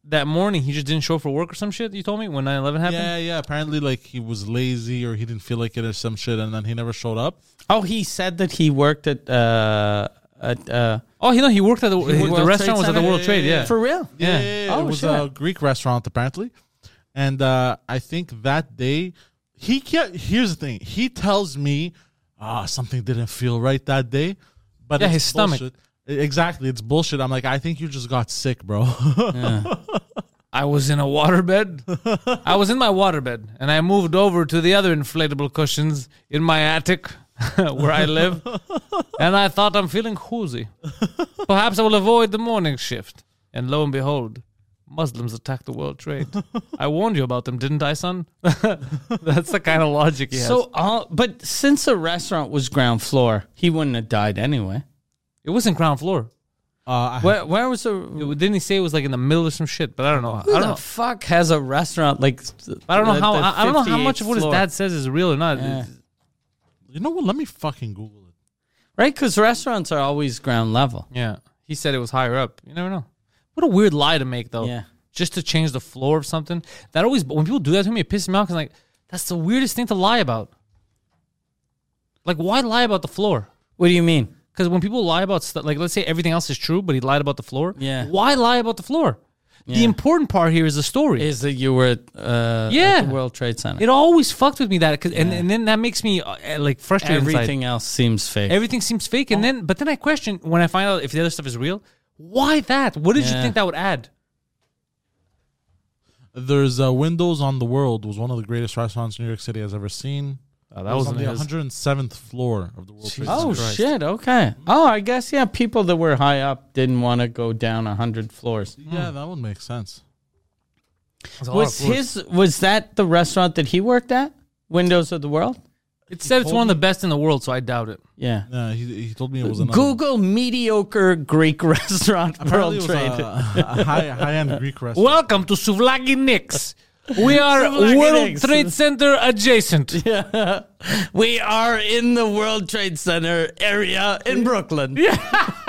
Speaker 1: that morning he just didn't show up for work or some shit. You told me when 9-11 happened.
Speaker 3: yeah, yeah. Apparently, like he was lazy or he didn't feel like it or some shit, and then he never showed up.
Speaker 2: oh, he said that he worked at, uh, at, uh,
Speaker 1: Oh, you know he worked at the the
Speaker 2: World Trade
Speaker 1: restaurant was at the
Speaker 2: Center?
Speaker 1: World Trade. Yeah,
Speaker 2: for real.
Speaker 1: Yeah.
Speaker 3: it
Speaker 2: Oh,
Speaker 3: was
Speaker 2: shit.
Speaker 3: a Greek restaurant apparently, and uh, I think that day he can't. Here's the thing: he tells me, ah, something didn't feel right that day, but
Speaker 1: Yeah,
Speaker 3: it's
Speaker 1: his stomach.
Speaker 3: bullshit. E, Exactly, it's bullshit. I'm like, I think you just got sick, bro. Uh,
Speaker 1: I was in a waterbed. I was in my waterbed, and I moved over to the other inflatable cushions in my attic where I live. and I thought I'm feeling woozy. Perhaps I will avoid the morning shift. And lo and behold, Muslims attacked the World Trade. I warned you about them, didn't I, son? That's the kind of logic he has.
Speaker 2: So, all, but since the restaurant was ground floor, he wouldn't have died anyway.
Speaker 1: it wasn't ground floor.
Speaker 3: uh, I
Speaker 2: Where, where was the.
Speaker 1: It- didn't he say it was like in the middle of some shit? But I don't know. I
Speaker 2: Who
Speaker 1: don't
Speaker 2: the
Speaker 1: know.
Speaker 2: fuck has a restaurant like?
Speaker 1: I don't know
Speaker 2: the-
Speaker 1: how.
Speaker 2: the
Speaker 1: I, I don't know how much
Speaker 2: 58th
Speaker 1: of what his
Speaker 2: floor?
Speaker 1: dad says is real or not.
Speaker 2: Yeah.
Speaker 3: You know what? Let me fucking Google it.
Speaker 2: Right, because restaurants are always ground level.
Speaker 1: Yeah. He said it was higher up. You never know. What a weird lie to make, though.
Speaker 2: Yeah.
Speaker 1: Just to change the floor of something. That always, when people do that to me, it pisses me off 'cause, like, that's the weirdest thing to lie about. Like, why lie about the floor?
Speaker 2: What do you mean?
Speaker 1: Because when people lie about stuff, like, let's say everything else is true, but he lied about the floor.
Speaker 2: Yeah.
Speaker 1: Why lie about the floor? The
Speaker 2: Yeah.
Speaker 1: important part here is the story.
Speaker 2: Is that you were uh,
Speaker 1: Yeah.
Speaker 2: at the World Trade Center?
Speaker 1: it always fucked with me that, cause, and, and then that makes me, uh, uh, like, frustrated. inside.
Speaker 2: Everything else seems fake.
Speaker 1: Everything seems fake, and then but then I question when I find out if the other stuff is real. Why that? What did you
Speaker 2: Yeah.
Speaker 1: think that would add?
Speaker 3: There's uh, Windows on the World was one of the greatest restaurants New York City has ever seen.
Speaker 1: that
Speaker 3: It Oh, was on the 107th floor of the World Trade Center.
Speaker 2: oh shit! Okay. Oh, I guess yeah. People that were high up didn't want to go down a hundred floors.
Speaker 3: Yeah, that would make sense.
Speaker 2: Was his was that the restaurant that he worked at? Windows of the World.
Speaker 1: It said it's
Speaker 3: told
Speaker 1: one of the
Speaker 3: me-
Speaker 1: best in the world, so I doubt it.
Speaker 2: Yeah.
Speaker 3: Yeah, he, he told me it was another
Speaker 2: Google mediocre Greek restaurant
Speaker 3: Apparently
Speaker 2: World
Speaker 3: it was
Speaker 2: Trade.
Speaker 3: A, a high high end Greek restaurant.
Speaker 1: Welcome to Souvlaki Nicks. We are
Speaker 2: Souvlaki
Speaker 1: World
Speaker 2: Nicks.
Speaker 1: Trade Center adjacent.
Speaker 2: we are in the World Trade Center area in Brooklyn.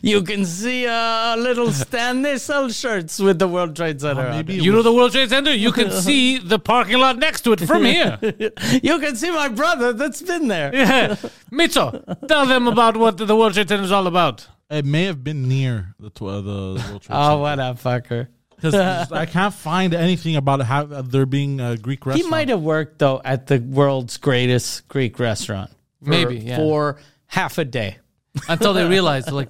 Speaker 2: you can see a little stand. They sell shirts with the World Trade Center. on
Speaker 3: maybe
Speaker 2: it.
Speaker 3: it
Speaker 1: You know
Speaker 3: was-
Speaker 1: the World Trade Center? You can see the parking lot next to it from here.
Speaker 2: You can see my brother that's been there.
Speaker 1: Yeah. Mitzo, tell them about what the World Trade Center is all about.
Speaker 3: it may have been near the tw- uh, the World Trade
Speaker 2: Oh, what a fucker.
Speaker 3: Center. I can't find anything about how uh, there being a Greek
Speaker 2: He
Speaker 3: restaurant.
Speaker 2: might have worked, though, at the world's greatest Greek restaurant. for-
Speaker 1: Maybe, yeah.
Speaker 2: For half a day.
Speaker 1: Until they realized, like,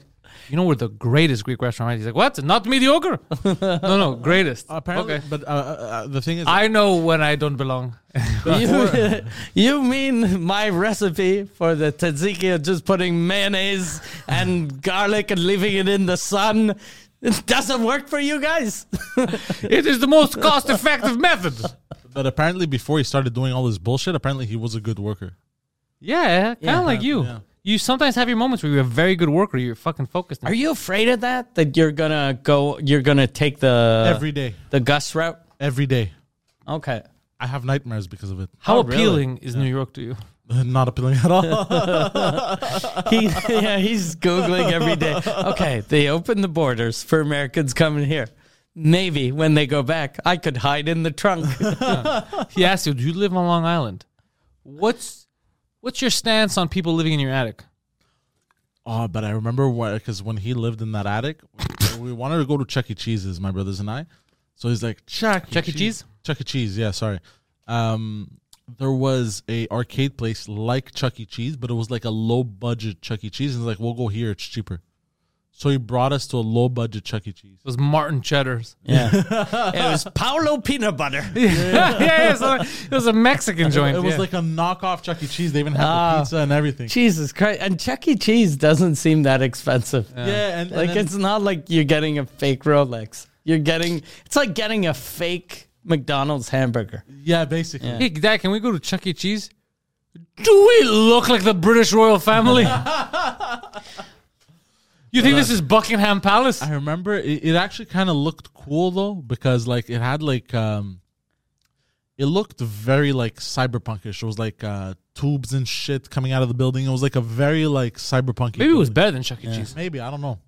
Speaker 1: you know, we're the greatest Greek restaurant, right? He's like, what? Not mediocre? No, no, greatest.
Speaker 3: apparently,
Speaker 1: Okay.
Speaker 3: but uh, uh, uh, the thing is,
Speaker 1: I know when I don't belong.
Speaker 2: You, you mean my recipe for the tzatziki of just putting mayonnaise and garlic and leaving it in the sun? It doesn't work for you guys.
Speaker 1: It is the most cost effective method.
Speaker 3: But apparently, before he started doing all this bullshit, apparently he was a good worker.
Speaker 1: Yeah, kind of
Speaker 2: Yeah.
Speaker 1: like you.
Speaker 3: Yeah.
Speaker 1: You sometimes have your moments where you're a very good worker. You're fucking focused.
Speaker 2: Are you afraid of that? That you're gonna go? You're gonna take the
Speaker 3: every day,
Speaker 2: the Gus route?
Speaker 3: every day,
Speaker 2: Okay.
Speaker 3: I have nightmares because of it.
Speaker 1: How
Speaker 2: Oh, really?
Speaker 1: appealing is New York to you?
Speaker 3: Not appealing at all.
Speaker 2: He, yeah, he's googling every day. Okay, they open the borders for Americans coming here. Maybe when they go back, I could hide in the trunk.
Speaker 1: He asked you, "Do you live on Long Island? What's what's your stance on people living in your attic?"
Speaker 3: Oh, but I remember what because when he lived in that attic, we wanted to go to Chuck E. Cheese's, my brothers and I. So he's like Chuck E.
Speaker 1: Chuck E. Cheese?
Speaker 3: Chuck E. Cheese. Yeah, sorry. Um, there was a arcade place like Chuck E. Cheese, but it was like a low budget Chuck E. Cheese, and he's like, "We'll go here; it's cheaper." So he brought us to a low budget Chuck E. Cheese.
Speaker 1: It was Martin Cheddar's.
Speaker 2: Yeah, it was Paolo peanut butter.
Speaker 1: yeah, yeah. So it was a Mexican joint.
Speaker 3: It was
Speaker 1: yeah.
Speaker 3: like a knockoff Chuck E. Cheese. They even had
Speaker 1: Ah.
Speaker 3: the pizza and everything.
Speaker 2: Jesus Christ! And Chuck E. Cheese doesn't seem that expensive.
Speaker 3: Yeah, and, and
Speaker 2: Like
Speaker 3: then-
Speaker 2: it's not like you're getting a fake Rolex. You're getting it's like getting a fake McDonald's hamburger.
Speaker 3: yeah, basically.
Speaker 1: Hey, Dad, can we go to Chuck E. Cheese? Do we look like the British royal family? you think this is Buckingham Palace?
Speaker 3: I remember it, it actually kind of looked cool though because like it had like um it looked very like cyberpunkish. It was like uh tubes and shit coming out of the building. It was like a very like cyberpunk.
Speaker 1: Maybe it was better than Chuck E. Cheese.
Speaker 3: Maybe I don't know.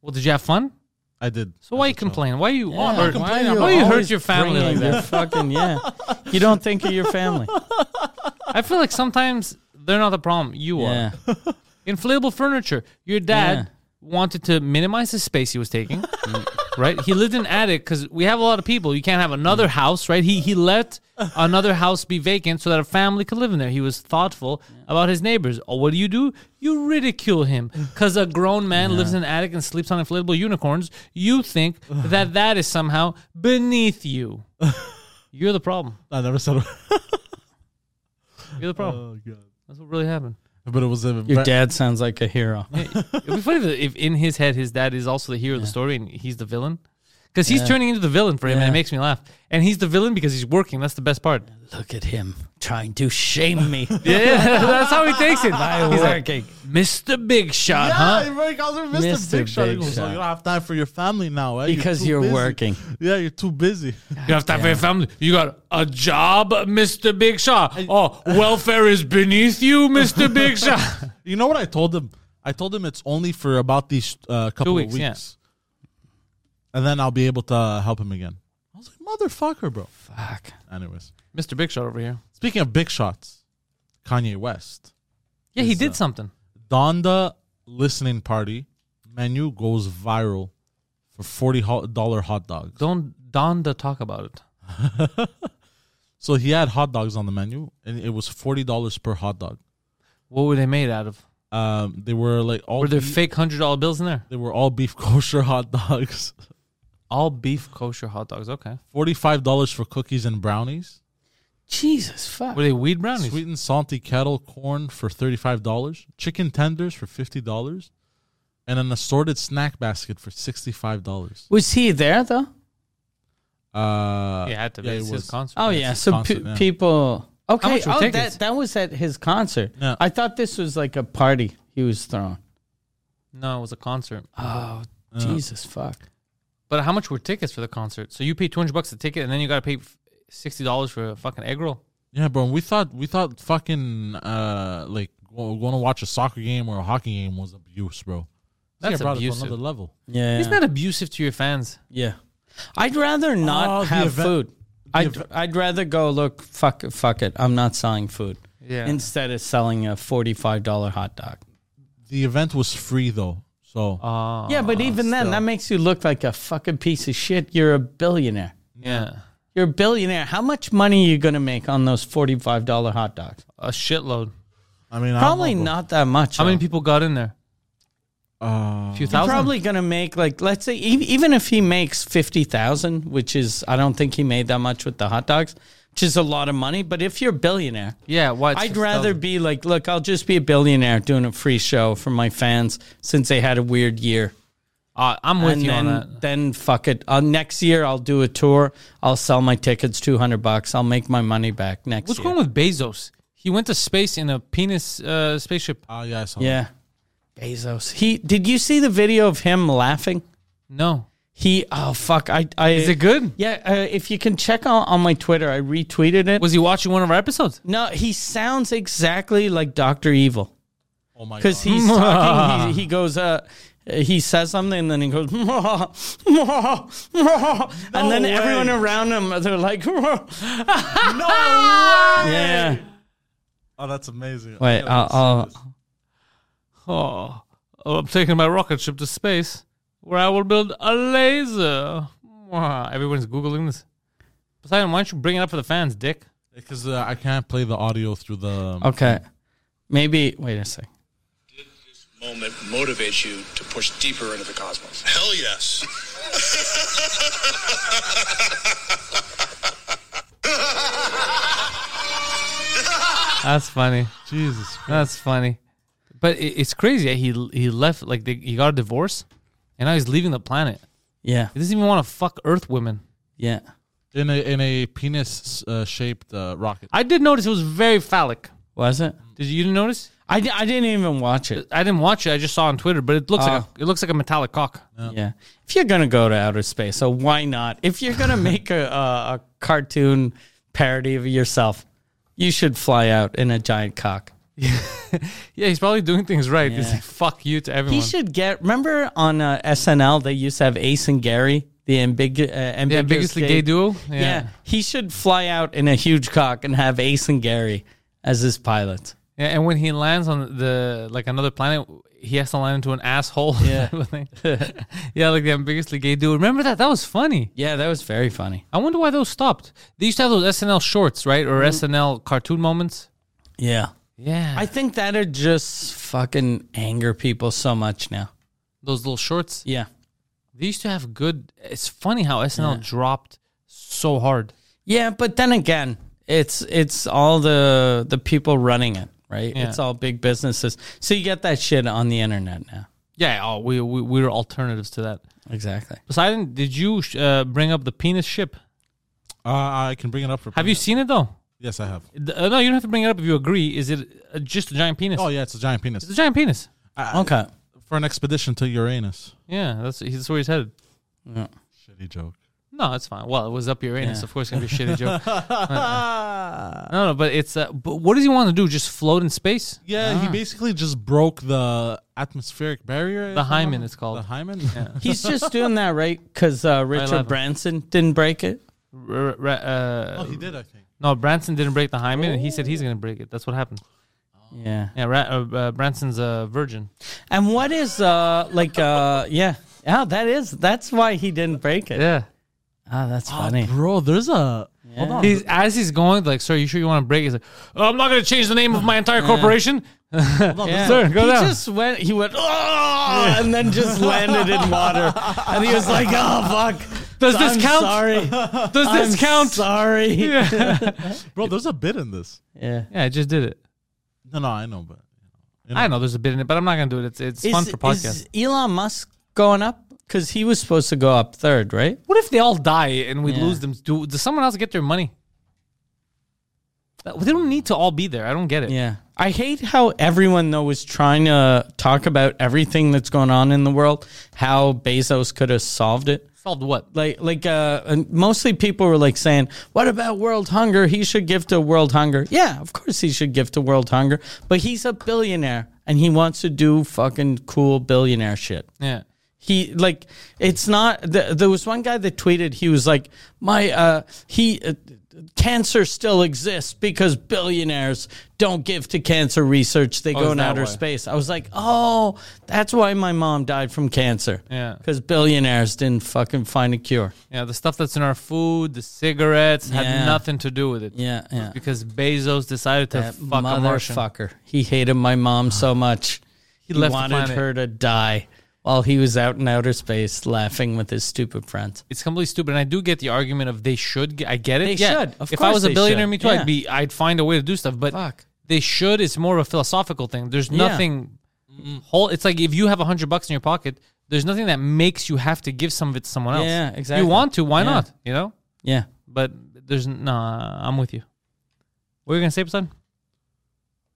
Speaker 1: Well, did you have fun?
Speaker 3: I did.
Speaker 1: So why you complain? Why you on?
Speaker 2: Yeah.
Speaker 1: Why, why, you hurt
Speaker 2: always
Speaker 1: your family like
Speaker 2: bringing
Speaker 1: that?
Speaker 2: your fucking yeah. You don't think of your family.
Speaker 1: I feel like sometimes they're not the problem. You
Speaker 2: Yeah.
Speaker 1: are inflatable furniture. Your dad
Speaker 2: Yeah.
Speaker 1: wanted to minimize the space he was taking. right? He lived in an attic because we have a lot of people. You can't have another
Speaker 2: Mm.
Speaker 1: house, right? He he let another house be vacant so that a family could live in there. He was thoughtful about his neighbors. Oh, what do you do? You ridicule him because a grown man lives in an attic and sleeps on inflatable unicorns. You think that that is somehow beneath you. You're the problem.
Speaker 3: I never said.
Speaker 1: You're the problem.
Speaker 3: oh god.
Speaker 1: That's what really happened.
Speaker 3: But it was a
Speaker 2: Your
Speaker 3: ver-
Speaker 2: dad sounds like a hero.
Speaker 1: It'd be funny if, if in his head his dad is also the hero of the story and he's the villain. Because he's turning into the villain for him and
Speaker 2: Yeah.
Speaker 1: it makes me laugh. And he's the villain because he's working. That's the best part.
Speaker 2: Look at him trying to shame me.
Speaker 1: Yeah, that's how he takes it.
Speaker 2: By
Speaker 1: He's like,
Speaker 2: working.
Speaker 1: Mr. Big Shot,
Speaker 3: Yeah,
Speaker 1: huh?
Speaker 3: everybody calls him Mr.
Speaker 2: Mr.
Speaker 3: Big Shot. He
Speaker 2: Big
Speaker 3: goes, "So
Speaker 2: Shot.
Speaker 3: you don't have time for your family now, eh?
Speaker 2: Because
Speaker 3: too
Speaker 2: you're
Speaker 3: busy."
Speaker 2: working.
Speaker 3: Yeah, you're too busy.
Speaker 1: You have time for your family. You got a job, Mr. Big Shot. Oh, welfare is beneath you, Mr. Big Shot.
Speaker 3: You know what I told him? I told him it's only for about these uh, couple
Speaker 1: weeks,
Speaker 3: of
Speaker 1: yeah.
Speaker 3: weeks, and then I'll be able to help him again. I was like, motherfucker, bro.
Speaker 2: Fuck.
Speaker 3: Anyways,
Speaker 1: Mr. Big Shot over here.
Speaker 3: speaking of big shots, Kanye West,
Speaker 1: Yeah, he did something.
Speaker 3: Donda listening party menu goes viral for forty dollar hot dogs.
Speaker 1: Don't Donda talk about it.
Speaker 3: So he had hot dogs on the menu, and it was forty dollars per hot dog.
Speaker 1: What were they made out of?
Speaker 3: Um, they were like all
Speaker 1: Were there
Speaker 3: beef-
Speaker 1: fake hundred dollar bills in there?
Speaker 3: they were all beef kosher hot dogs.
Speaker 1: All beef kosher hot dogs. Okay.
Speaker 3: Forty five dollars for cookies and brownies.
Speaker 2: Jesus fuck.
Speaker 1: Were they weed brownies?
Speaker 3: Sweet and salty kettle corn for thirty-five dollars, chicken tenders for fifty dollars, and an assorted snack basket for sixty-five dollars.
Speaker 2: Was he there though?
Speaker 1: Yeah,
Speaker 3: Uh,
Speaker 1: it had to be.
Speaker 3: yeah, it
Speaker 1: It's his
Speaker 3: was.
Speaker 1: concert.
Speaker 2: Oh yeah. So
Speaker 3: concert,
Speaker 2: pe-
Speaker 3: yeah.
Speaker 2: people Okay.
Speaker 1: much were
Speaker 2: Oh,
Speaker 1: tickets?
Speaker 2: that, that was at his concert.
Speaker 3: Yeah.
Speaker 2: I thought this was like a party he was throwing.
Speaker 1: No, it was a concert.
Speaker 2: Oh Jesus fuck.
Speaker 1: But how much were tickets for the concert? So you paid two hundred bucks a ticket, and then you got to pay f- sixty dollars for a fucking egg roll.
Speaker 3: yeah, bro. We thought we thought fucking uh like go- going to watch a soccer game or a hockey game was abuse, bro. This guy
Speaker 1: That's
Speaker 3: brought it to
Speaker 1: abusive.
Speaker 3: another level.
Speaker 2: Yeah.
Speaker 1: Isn't that abusive to your fans?
Speaker 2: Yeah. I'd rather
Speaker 3: Oh,
Speaker 2: not
Speaker 3: the
Speaker 2: have
Speaker 3: event-
Speaker 2: food. I'd, I'd rather go look fuck it, fuck it. I'm not selling food.
Speaker 1: Yeah.
Speaker 2: Instead of selling a forty five dollar hot dog.
Speaker 3: The event was free though, so
Speaker 1: Uh,
Speaker 2: yeah, but even then that makes you look like a fucking piece of shit. You're a billionaire.
Speaker 1: Yeah,
Speaker 2: You're a billionaire. How much money are you gonna make on those forty five dollar hot dogs?
Speaker 1: a shitload.
Speaker 3: I mean, I don't
Speaker 2: Probably
Speaker 3: know, bro.
Speaker 2: not that much.
Speaker 1: How many
Speaker 2: though.
Speaker 1: people got in there?
Speaker 3: Uh,
Speaker 1: A few
Speaker 2: You're
Speaker 1: thousand.
Speaker 2: probably gonna make like let's say ev- even if he makes fifty thousand, which is I don't think he made that much with the hot dogs, which is a lot of money. But if you're a billionaire,
Speaker 1: Yeah. Why? it's
Speaker 2: I'd
Speaker 1: 6,000.
Speaker 2: rather be like, look, I'll just be a billionaire doing a free show for my fans since they had a weird year.
Speaker 1: Uh, I'm with
Speaker 2: and
Speaker 1: you
Speaker 2: then,
Speaker 1: on that.
Speaker 2: Then fuck it. Uh, next year I'll do a tour. I'll sell my tickets, two hundred bucks. I'll make my money back next
Speaker 1: What's
Speaker 2: year.
Speaker 1: going on with Bezos? He went to space in a penis uh, spaceship.
Speaker 3: Oh yeah, I saw
Speaker 2: Yeah, Bezos. He did you see the video of him laughing?
Speaker 1: No.
Speaker 2: He oh fuck. I I
Speaker 1: Is it good?
Speaker 2: Yeah, uh, if you can check on, on my Twitter, I retweeted it.
Speaker 1: Was he watching one of our episodes?
Speaker 2: no, he sounds exactly like Doctor Evil
Speaker 3: that. Oh my god.
Speaker 2: because he's talking. He, he goes. Uh, he says something and then he goes, and then
Speaker 3: way.
Speaker 2: everyone around him they're like,
Speaker 3: no way.
Speaker 2: yeah.
Speaker 3: Oh, that's amazing.
Speaker 2: Wait, uh,
Speaker 3: I gotta
Speaker 2: I'll-
Speaker 3: see
Speaker 2: I'll-
Speaker 3: this.
Speaker 1: Oh, oh, I'm taking my rocket ship to space where I will build a laser. Mwah. Everyone's Googling this. Poseidon, why don't you bring it up for the fans, dick?
Speaker 3: Because uh, I can't play the audio through the. um,
Speaker 2: Okay, maybe wait a sec.
Speaker 4: moment motivates you to push deeper into the cosmos?
Speaker 5: Hell yes.
Speaker 1: That's funny.
Speaker 3: Jesus. Christ.
Speaker 1: That's funny. But it, it's crazy. that He he left like they, he got a divorce, and now he's leaving the planet.
Speaker 2: Yeah,
Speaker 1: He doesn't even want to fuck Earth women.
Speaker 2: yeah.
Speaker 3: In a in a penis uh, shaped uh, rocket.
Speaker 1: I did notice it was very phallic.
Speaker 2: Was it?
Speaker 1: Did you, you didn't notice?
Speaker 2: I, di- I didn't even watch it.
Speaker 1: I didn't watch it. I just saw on Twitter, but it looks like
Speaker 2: Oh.
Speaker 1: a, it looks like a metallic cock.
Speaker 2: Yeah. If you're gonna go to outer space, so why not? If you're gonna make a, a, a cartoon parody of yourself, you should fly out in a giant cock.
Speaker 1: Yeah, he's probably doing things right. He's
Speaker 2: Yeah.
Speaker 1: like, fuck you to everyone.
Speaker 2: He should get. Remember on uh, SNL they used to have Ace and Gary, the ambigu- uh, ambiguous
Speaker 1: yeah, ambiguously gay duo.
Speaker 2: Yeah. he should fly out in a huge cock and have Ace and Gary as his pilots.
Speaker 1: Yeah, and when he lands on the like another planet, he has to land into an asshole.
Speaker 2: Yeah.
Speaker 1: type of thing. yeah, like the ambiguously gay dude. Remember that? That was funny.
Speaker 2: Yeah, that was very funny.
Speaker 1: I wonder why those stopped. They used to have those SNL shorts, right, or SNL cartoon moments.
Speaker 2: Yeah,
Speaker 1: Yeah,
Speaker 2: Mm-hmm. I think that'd just fucking anger people so much now.
Speaker 1: those little shorts.
Speaker 2: Yeah.
Speaker 1: They used to have good. It's funny how SNL dropped so hard.
Speaker 2: Yeah, but then again, it's it's all the the people running it, right?
Speaker 1: Yeah.
Speaker 2: It's all big businesses. So you get that shit on the internet now.
Speaker 1: Yeah, oh, we we we were alternatives to that.
Speaker 2: Exactly.
Speaker 1: Poseidon, did you sh- uh, bring up the penis ship?
Speaker 3: Uh, I can bring it up for.
Speaker 1: Have you seen it though?
Speaker 3: Yes, I have.
Speaker 1: D- uh, no, you don't have to bring it up if you agree. Is it uh, just a giant penis?
Speaker 3: Oh yeah, it's a giant penis
Speaker 1: It's a giant penis.
Speaker 2: Okay.
Speaker 3: for an expedition to Uranus.
Speaker 1: Yeah, that's that's where he's headed.
Speaker 3: Shitty joke.
Speaker 1: No, it's fine. Well, it was up Uranus, of course, it's gonna be a shitty joke. no, no, but it's. Uh, but what does he want to do? Just float in space?
Speaker 3: Yeah, he basically just broke the atmospheric barrier. if
Speaker 1: The
Speaker 3: I'm not
Speaker 1: hymen,
Speaker 3: wrong.
Speaker 1: it's called.
Speaker 3: The hymen.
Speaker 2: He's just doing that, right? Because uh, Richard
Speaker 1: eleven.
Speaker 2: Branson didn't break it.
Speaker 1: R- r- uh,
Speaker 3: oh, he did. I think.
Speaker 1: no, Branson didn't break the hymen, and he said he's gonna break it. That's what happened.
Speaker 2: Yeah.
Speaker 1: Yeah, Ra- uh, uh, Branson's a virgin.
Speaker 2: And what is uh like uh yeah. Oh, that is that's why he didn't break it.
Speaker 1: Yeah,
Speaker 2: Oh, that's funny.
Speaker 3: Bro, there's a. Hold on.
Speaker 1: he's as he's going like, sir, you sure you want to break? it?" He's like, oh, I'm not gonna change the name of my entire corporation.
Speaker 2: Yeah.
Speaker 1: Sir, go
Speaker 2: he
Speaker 1: down.
Speaker 2: just went he went oh, and then just landed in water. And he was like, "Oh fuck.
Speaker 1: Does this
Speaker 2: I'm
Speaker 1: count?
Speaker 2: Sorry.
Speaker 1: Does this
Speaker 2: I'm
Speaker 1: count?
Speaker 2: Sorry.
Speaker 3: Bro, there's a bit in this.
Speaker 2: yeah.
Speaker 1: Yeah, I just did it.
Speaker 3: No, no, I know, but
Speaker 1: I know there's a bit in it, but I'm not gonna do it. It's it's fun for podcast.
Speaker 2: is Elon Musk going up? Because he was supposed to go up third, right?
Speaker 1: What if they all die and we
Speaker 2: Yeah.
Speaker 1: lose them? Do does someone else get their money? That- They don't need to all be there. I don't get it.
Speaker 2: Yeah. I hate how everyone though was trying to talk about everything that's going on in the world, how Bezos could have solved it.
Speaker 1: Solved what?
Speaker 2: Like, like, uh, and mostly people were like saying, "What about world hunger? He should give to world hunger." Yeah, of course he should give to world hunger, but he's a billionaire and he wants to do fucking cool billionaire shit.
Speaker 1: Yeah.
Speaker 2: He like it's not. Th- there was one guy that tweeted. He was like, "My uh, he uh, cancer still exists because billionaires don't give to cancer research. They
Speaker 1: Oh, is
Speaker 2: go in
Speaker 1: that
Speaker 2: outer
Speaker 1: why?
Speaker 2: space." I was like, "Oh, that's why my mom died from cancer.
Speaker 1: Yeah.
Speaker 2: because billionaires didn't fucking find a cure.
Speaker 1: Yeah. The stuff that's in our food, the cigarettes, had
Speaker 2: Yeah.
Speaker 1: nothing to do with it.
Speaker 2: Yeah,
Speaker 1: It was
Speaker 2: yeah.
Speaker 1: Because Bezos decided to
Speaker 2: That
Speaker 1: fuck a Martian.
Speaker 2: motherfucker. He hated my mom so much. He,
Speaker 1: left the
Speaker 2: wanted
Speaker 1: planet.
Speaker 2: her to die." While he was out in outer space laughing with his stupid friends.
Speaker 1: It's completely stupid, and I do get the argument of they should. Get, I get it.
Speaker 2: They
Speaker 1: Yeah.
Speaker 2: should. Of
Speaker 1: if I
Speaker 2: course
Speaker 1: was a
Speaker 2: they
Speaker 1: billionaire,
Speaker 2: should.
Speaker 1: me too.
Speaker 2: Yeah.
Speaker 1: I'd be. I'd find a way to do stuff. But
Speaker 2: Fuck.
Speaker 1: they should. It's more of a philosophical thing. There's
Speaker 2: Yeah.
Speaker 1: nothing. Whole. It's like if you have a hundred bucks in your pocket, There's nothing that makes you have to give some of it to someone else.
Speaker 2: Yeah,
Speaker 1: If
Speaker 2: exactly.
Speaker 1: You want to, why
Speaker 2: Yeah.
Speaker 1: not? You know.
Speaker 2: Yeah.
Speaker 1: But there's nah. I'm with you. What were you gonna say, Poseidon?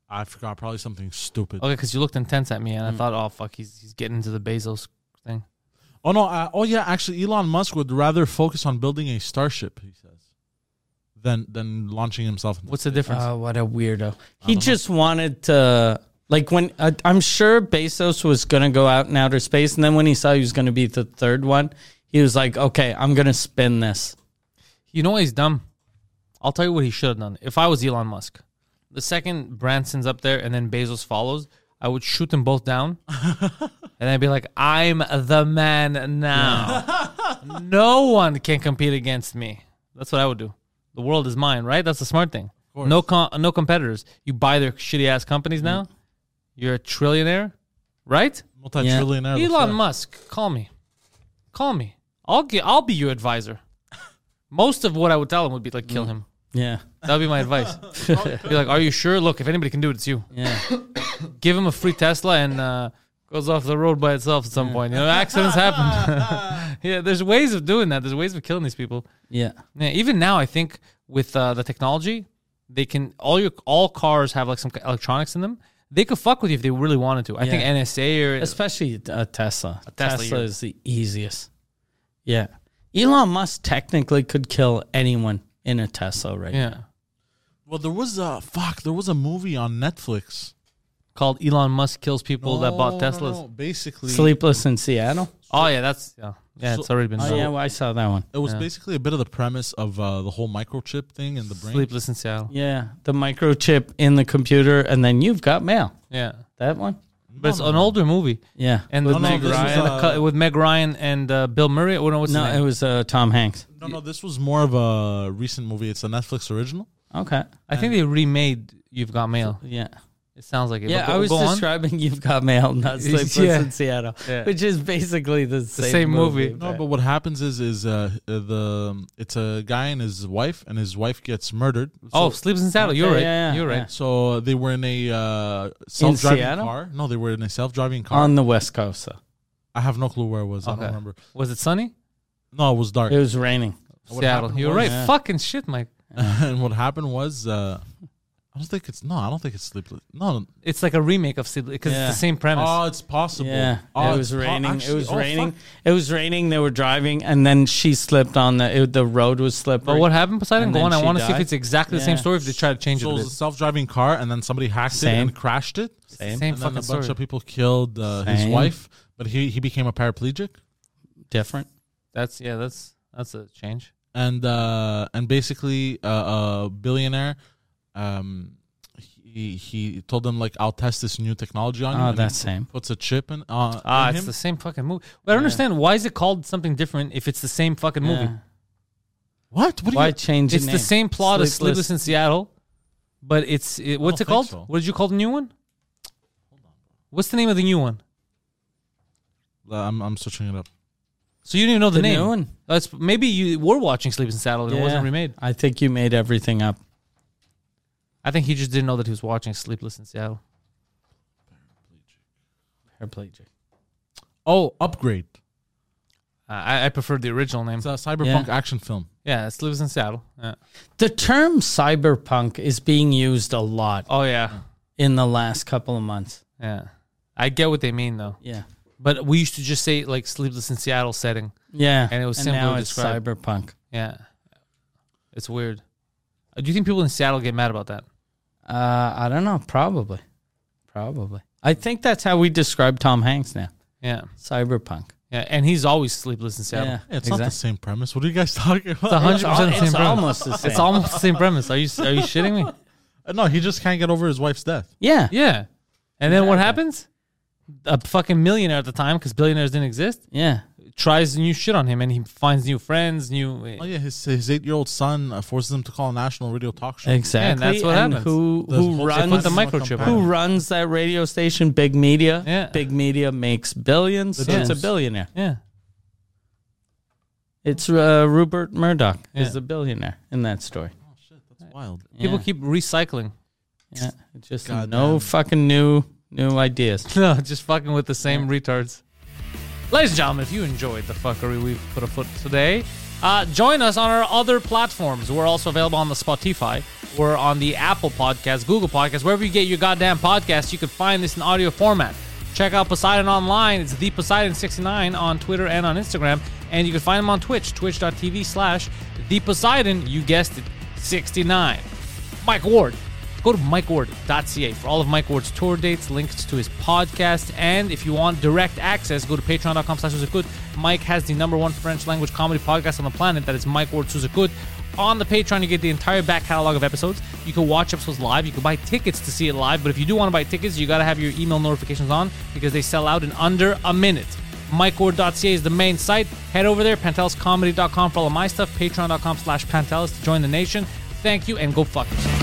Speaker 3: I forgot probably something stupid.
Speaker 1: Okay, because you looked intense at me, and I thought, oh fuck, he's he's getting into the Bezos thing.
Speaker 3: Oh no! Uh, oh yeah, actually, Elon Musk would rather focus on building a starship, he says, than than launching himself. into
Speaker 1: What's the difference?
Speaker 2: Oh, what a weirdo. He just wanted to, like, when uh, I'm sure Bezos was going to go out in outer space. And then when he saw he was going to be the third one, he was like, okay, I'm going to spin this.
Speaker 1: You know what he's dumb? I'll tell you what he should have done. If I was Elon Musk, the second Branson's up there and then Bezos follows, I would shoot them both down. and I'd be like, I'm the man now. no one can compete against me. That's what I would do. The world is mine, right? That's the smart thing. No com- no competitors. You buy their shitty ass companies now. You're a trillionaire, right?
Speaker 3: multi-trillionaire.
Speaker 1: Elon Musk, call me. Call me. I'll get, I'll be your advisor. Most of what I would tell him would be like kill him.
Speaker 2: Yeah.
Speaker 1: That would be my advice. be like, are you sure? Look, if anybody can do it, it's you.
Speaker 2: Yeah.
Speaker 1: Give him a free Tesla and uh, goes off the road by itself at some point. You know, accidents happen. yeah, there's ways of doing that. There's ways of killing these people.
Speaker 2: Yeah.
Speaker 1: Yeah, even now, I think with uh, the technology, they can all your all cars have like some electronics in them. They could fuck with you if they really wanted to. I think
Speaker 2: Yeah.
Speaker 1: NSA or
Speaker 2: Especially uh, Tesla.
Speaker 1: Tesla,
Speaker 2: Tesla,
Speaker 1: you're-
Speaker 2: is the easiest. Yeah. Elon Musk technically could kill anyone in a Tesla right
Speaker 1: yeah,
Speaker 3: Well, there was a fuck. There was a movie on Netflix
Speaker 1: called Elon Musk kills people that bought
Speaker 3: No, no,
Speaker 1: Teslas.
Speaker 3: no, Basically,
Speaker 2: now. Sleepless in Seattle.
Speaker 1: Oh yeah, that's yeah, yeah. it's
Speaker 3: So-
Speaker 1: already been
Speaker 2: Oh,
Speaker 1: done.
Speaker 2: yeah. Well, I saw that one.
Speaker 3: it was basically a bit of the premise of uh, the whole microchip thing in the brain.
Speaker 1: Sleepless in Seattle.
Speaker 2: Yeah. The microchip in the computer, and then you've got mail.
Speaker 1: Yeah,
Speaker 2: That one?
Speaker 1: but it's an older movie.
Speaker 2: Yeah.
Speaker 1: And
Speaker 2: With
Speaker 1: with,
Speaker 3: no,
Speaker 1: Meg
Speaker 3: this was,
Speaker 1: Ryan,
Speaker 3: uh,
Speaker 1: co- with Meg Ryan and uh, Bill Murray. Oh, no, what's
Speaker 2: No,
Speaker 1: his
Speaker 2: it
Speaker 1: name?
Speaker 2: was uh, Tom Hanks.
Speaker 3: No, no, this was more of a recent movie. It's a Netflix original.
Speaker 2: Okay.
Speaker 1: I
Speaker 2: uh,
Speaker 1: think they remade You've Got Mail.
Speaker 2: Yeah.
Speaker 1: It sounds like it.
Speaker 2: Yeah,
Speaker 1: but go-
Speaker 2: I was
Speaker 1: go on.
Speaker 2: describing You've Got Mail, not Sleepless
Speaker 1: Yeah.
Speaker 2: in Seattle,
Speaker 1: Yeah.
Speaker 2: which is basically the, same,
Speaker 1: same movie.
Speaker 2: movie.
Speaker 3: No, but what happens is is uh, uh, the it's a guy and his wife, and his wife gets murdered.
Speaker 1: Oh, Sleepless in Seattle. You're
Speaker 2: Okay,
Speaker 1: right.
Speaker 2: yeah, yeah,
Speaker 1: You're right.
Speaker 2: yeah.
Speaker 3: So they were in a uh, self-driving
Speaker 2: Seattle?
Speaker 3: car. No, they were in a self-driving car.
Speaker 2: On the West Coast, though.
Speaker 3: I have no clue where it was. I
Speaker 1: Okay.
Speaker 3: don't remember.
Speaker 1: Was it sunny?
Speaker 3: No, it was dark.
Speaker 2: It was raining.
Speaker 1: Seattle.
Speaker 3: happened
Speaker 1: You're
Speaker 3: was-
Speaker 1: right.
Speaker 2: Yeah.
Speaker 1: Fucking shit, Mike.
Speaker 3: and what happened was, uh, I don't think it's no. I don't think it's sleepless. No,
Speaker 1: It's like a remake of Sleepless because
Speaker 2: Yeah.
Speaker 1: it's the same premise.
Speaker 3: oh, it's possible.
Speaker 2: Yeah,
Speaker 3: Oh,
Speaker 2: it
Speaker 3: it's
Speaker 2: was
Speaker 3: po-
Speaker 2: raining. it
Speaker 3: actually-
Speaker 2: was
Speaker 3: oh,
Speaker 2: raining.
Speaker 3: fuck.
Speaker 2: It was raining. They were driving, and then she slipped on the. It, the road was slippery.
Speaker 1: but what happened, Poseidon?
Speaker 2: And
Speaker 1: Go
Speaker 2: then
Speaker 1: on. I
Speaker 2: she
Speaker 1: want to see if
Speaker 2: died.
Speaker 1: it's exactly the same
Speaker 2: Yeah.
Speaker 1: story. If they try to change
Speaker 3: So it
Speaker 1: it, a
Speaker 3: was
Speaker 1: bit.
Speaker 3: a self-driving car, and then somebody hacked it
Speaker 2: Same.
Speaker 3: and crashed it.
Speaker 2: Same.
Speaker 1: same
Speaker 3: And then
Speaker 1: fucking
Speaker 3: a bunch
Speaker 1: story.
Speaker 3: of people killed uh, his
Speaker 2: Same.
Speaker 3: wife, but he he became a paraplegic.
Speaker 2: Different.
Speaker 1: That's yeah. That's that's a change.
Speaker 3: and uh, and basically uh, a billionaire. Um, he he told them like I'll test this new technology on you.
Speaker 2: Oh,
Speaker 3: and he
Speaker 2: that's same.
Speaker 3: Puts a chip in. Uh,
Speaker 1: Ah,
Speaker 3: in
Speaker 1: it's
Speaker 3: him.
Speaker 1: the same fucking movie. But I don't understand why is it called something different if it's the same fucking movie?
Speaker 2: Yeah.
Speaker 3: what? What?
Speaker 2: Why
Speaker 3: you,
Speaker 2: change?
Speaker 1: It's the
Speaker 2: name?
Speaker 1: same plot as
Speaker 2: Sleepless-
Speaker 1: Sleepless in Seattle, but it's it, what's it
Speaker 3: think
Speaker 1: called?
Speaker 3: so.
Speaker 1: What did you call the new one? What's the name of the new one?
Speaker 3: Uh, I'm I'm switching it up.
Speaker 1: So you didn't even know the,
Speaker 2: The
Speaker 1: name.
Speaker 2: new one.
Speaker 1: That's maybe you were watching Sleepless in Seattle and it
Speaker 2: Yeah.
Speaker 1: wasn't remade.
Speaker 2: I think you made everything up.
Speaker 1: I think he just didn't know that he was watching Sleepless in Seattle.
Speaker 2: Paraplegic.
Speaker 3: Oh, upgrade.
Speaker 1: Uh, I, I preferred the original name.
Speaker 3: It's a cyberpunk action film.
Speaker 1: yeah, Sleepless in Seattle. Yeah.
Speaker 2: The term cyberpunk is being used a lot
Speaker 1: Oh yeah,
Speaker 2: in the last couple of months.
Speaker 1: yeah. I get what they mean though,
Speaker 2: Yeah.
Speaker 1: but we used to just say like Sleepless in Seattle setting.
Speaker 2: Yeah.
Speaker 1: And it was simply
Speaker 2: now it's
Speaker 1: described.
Speaker 2: cyberpunk.
Speaker 1: Yeah, it's weird. Uh, Do you think people in Seattle get mad about that?
Speaker 2: Uh, I don't know. Probably. Probably. I think that's how we describe Tom Hanks now.
Speaker 1: Yeah,
Speaker 2: Cyberpunk.
Speaker 1: yeah. And he's always Sleepless in Seattle.
Speaker 2: Yeah.
Speaker 3: Yeah, it's not the same premise. What are you guys talking about?
Speaker 1: It's hundred percent the
Speaker 2: It's
Speaker 1: same premise.
Speaker 2: almost the same.
Speaker 1: It's almost the same premise. Are you are you shitting me?
Speaker 3: Uh, no, he just can't get over his wife's death.
Speaker 2: yeah. Yeah.
Speaker 1: Yeah. And then what happens? A fucking millionaire at the time, because billionaires didn't exist, tries new shit on him, and he finds new friends, new. eh,
Speaker 3: Oh yeah, his his eight year old son uh, forces him to call a national radio talk show.
Speaker 2: Exactly.
Speaker 1: And that's what
Speaker 2: And
Speaker 1: happens.
Speaker 2: Who
Speaker 3: There's
Speaker 2: who
Speaker 3: multiple
Speaker 2: runs
Speaker 1: the
Speaker 3: people
Speaker 1: microchip
Speaker 3: compared.
Speaker 2: who runs that radio station? Big Media.
Speaker 1: Yeah.
Speaker 2: Big Media makes billions. So it's a
Speaker 1: Jones.
Speaker 2: billionaire.
Speaker 1: Yeah.
Speaker 2: It's uh, Rupert Murdoch is
Speaker 1: Yeah.
Speaker 2: the billionaire in that story.
Speaker 3: That's wild.
Speaker 1: People
Speaker 2: Yeah.
Speaker 1: keep recycling.
Speaker 2: Yeah, it's just
Speaker 3: Goddamn.
Speaker 2: no fucking new new ideas.
Speaker 1: No, just fucking with the same retards. Ladies and gentlemen, if you enjoyed the fuckery we've put afoot today, uh, join us on our other platforms. We're also available on the Spotify. We're on the Apple Podcast, Google Podcast, wherever you get your goddamn podcast, you can find this in audio format. Check out Poseidon online. It's the Poseidon69 on Twitter and on Instagram. And you can find him on Twitch, twitch.tv slash the Poseidon, you guessed it, 69. Mike Ward. Go to mikeward.ca for all of Mike Ward's tour dates, links to his podcast, and if you want direct access, go to patreon.com slash Suzukut. Mike has the number one French language comedy podcast on the planet. That is Mike Ward Suzukut. On the Patreon, you get the entire back catalog of episodes. You can watch episodes live. You can buy tickets to see it live. But if you do want to buy tickets, you got to have your email notifications on because they sell out in under a minute. MikeWard.ca is the main site. Head over there, panteliscomedy.com for all of my stuff, patreon.com slash pantelis to join the nation. Thank you and go fuck yourself.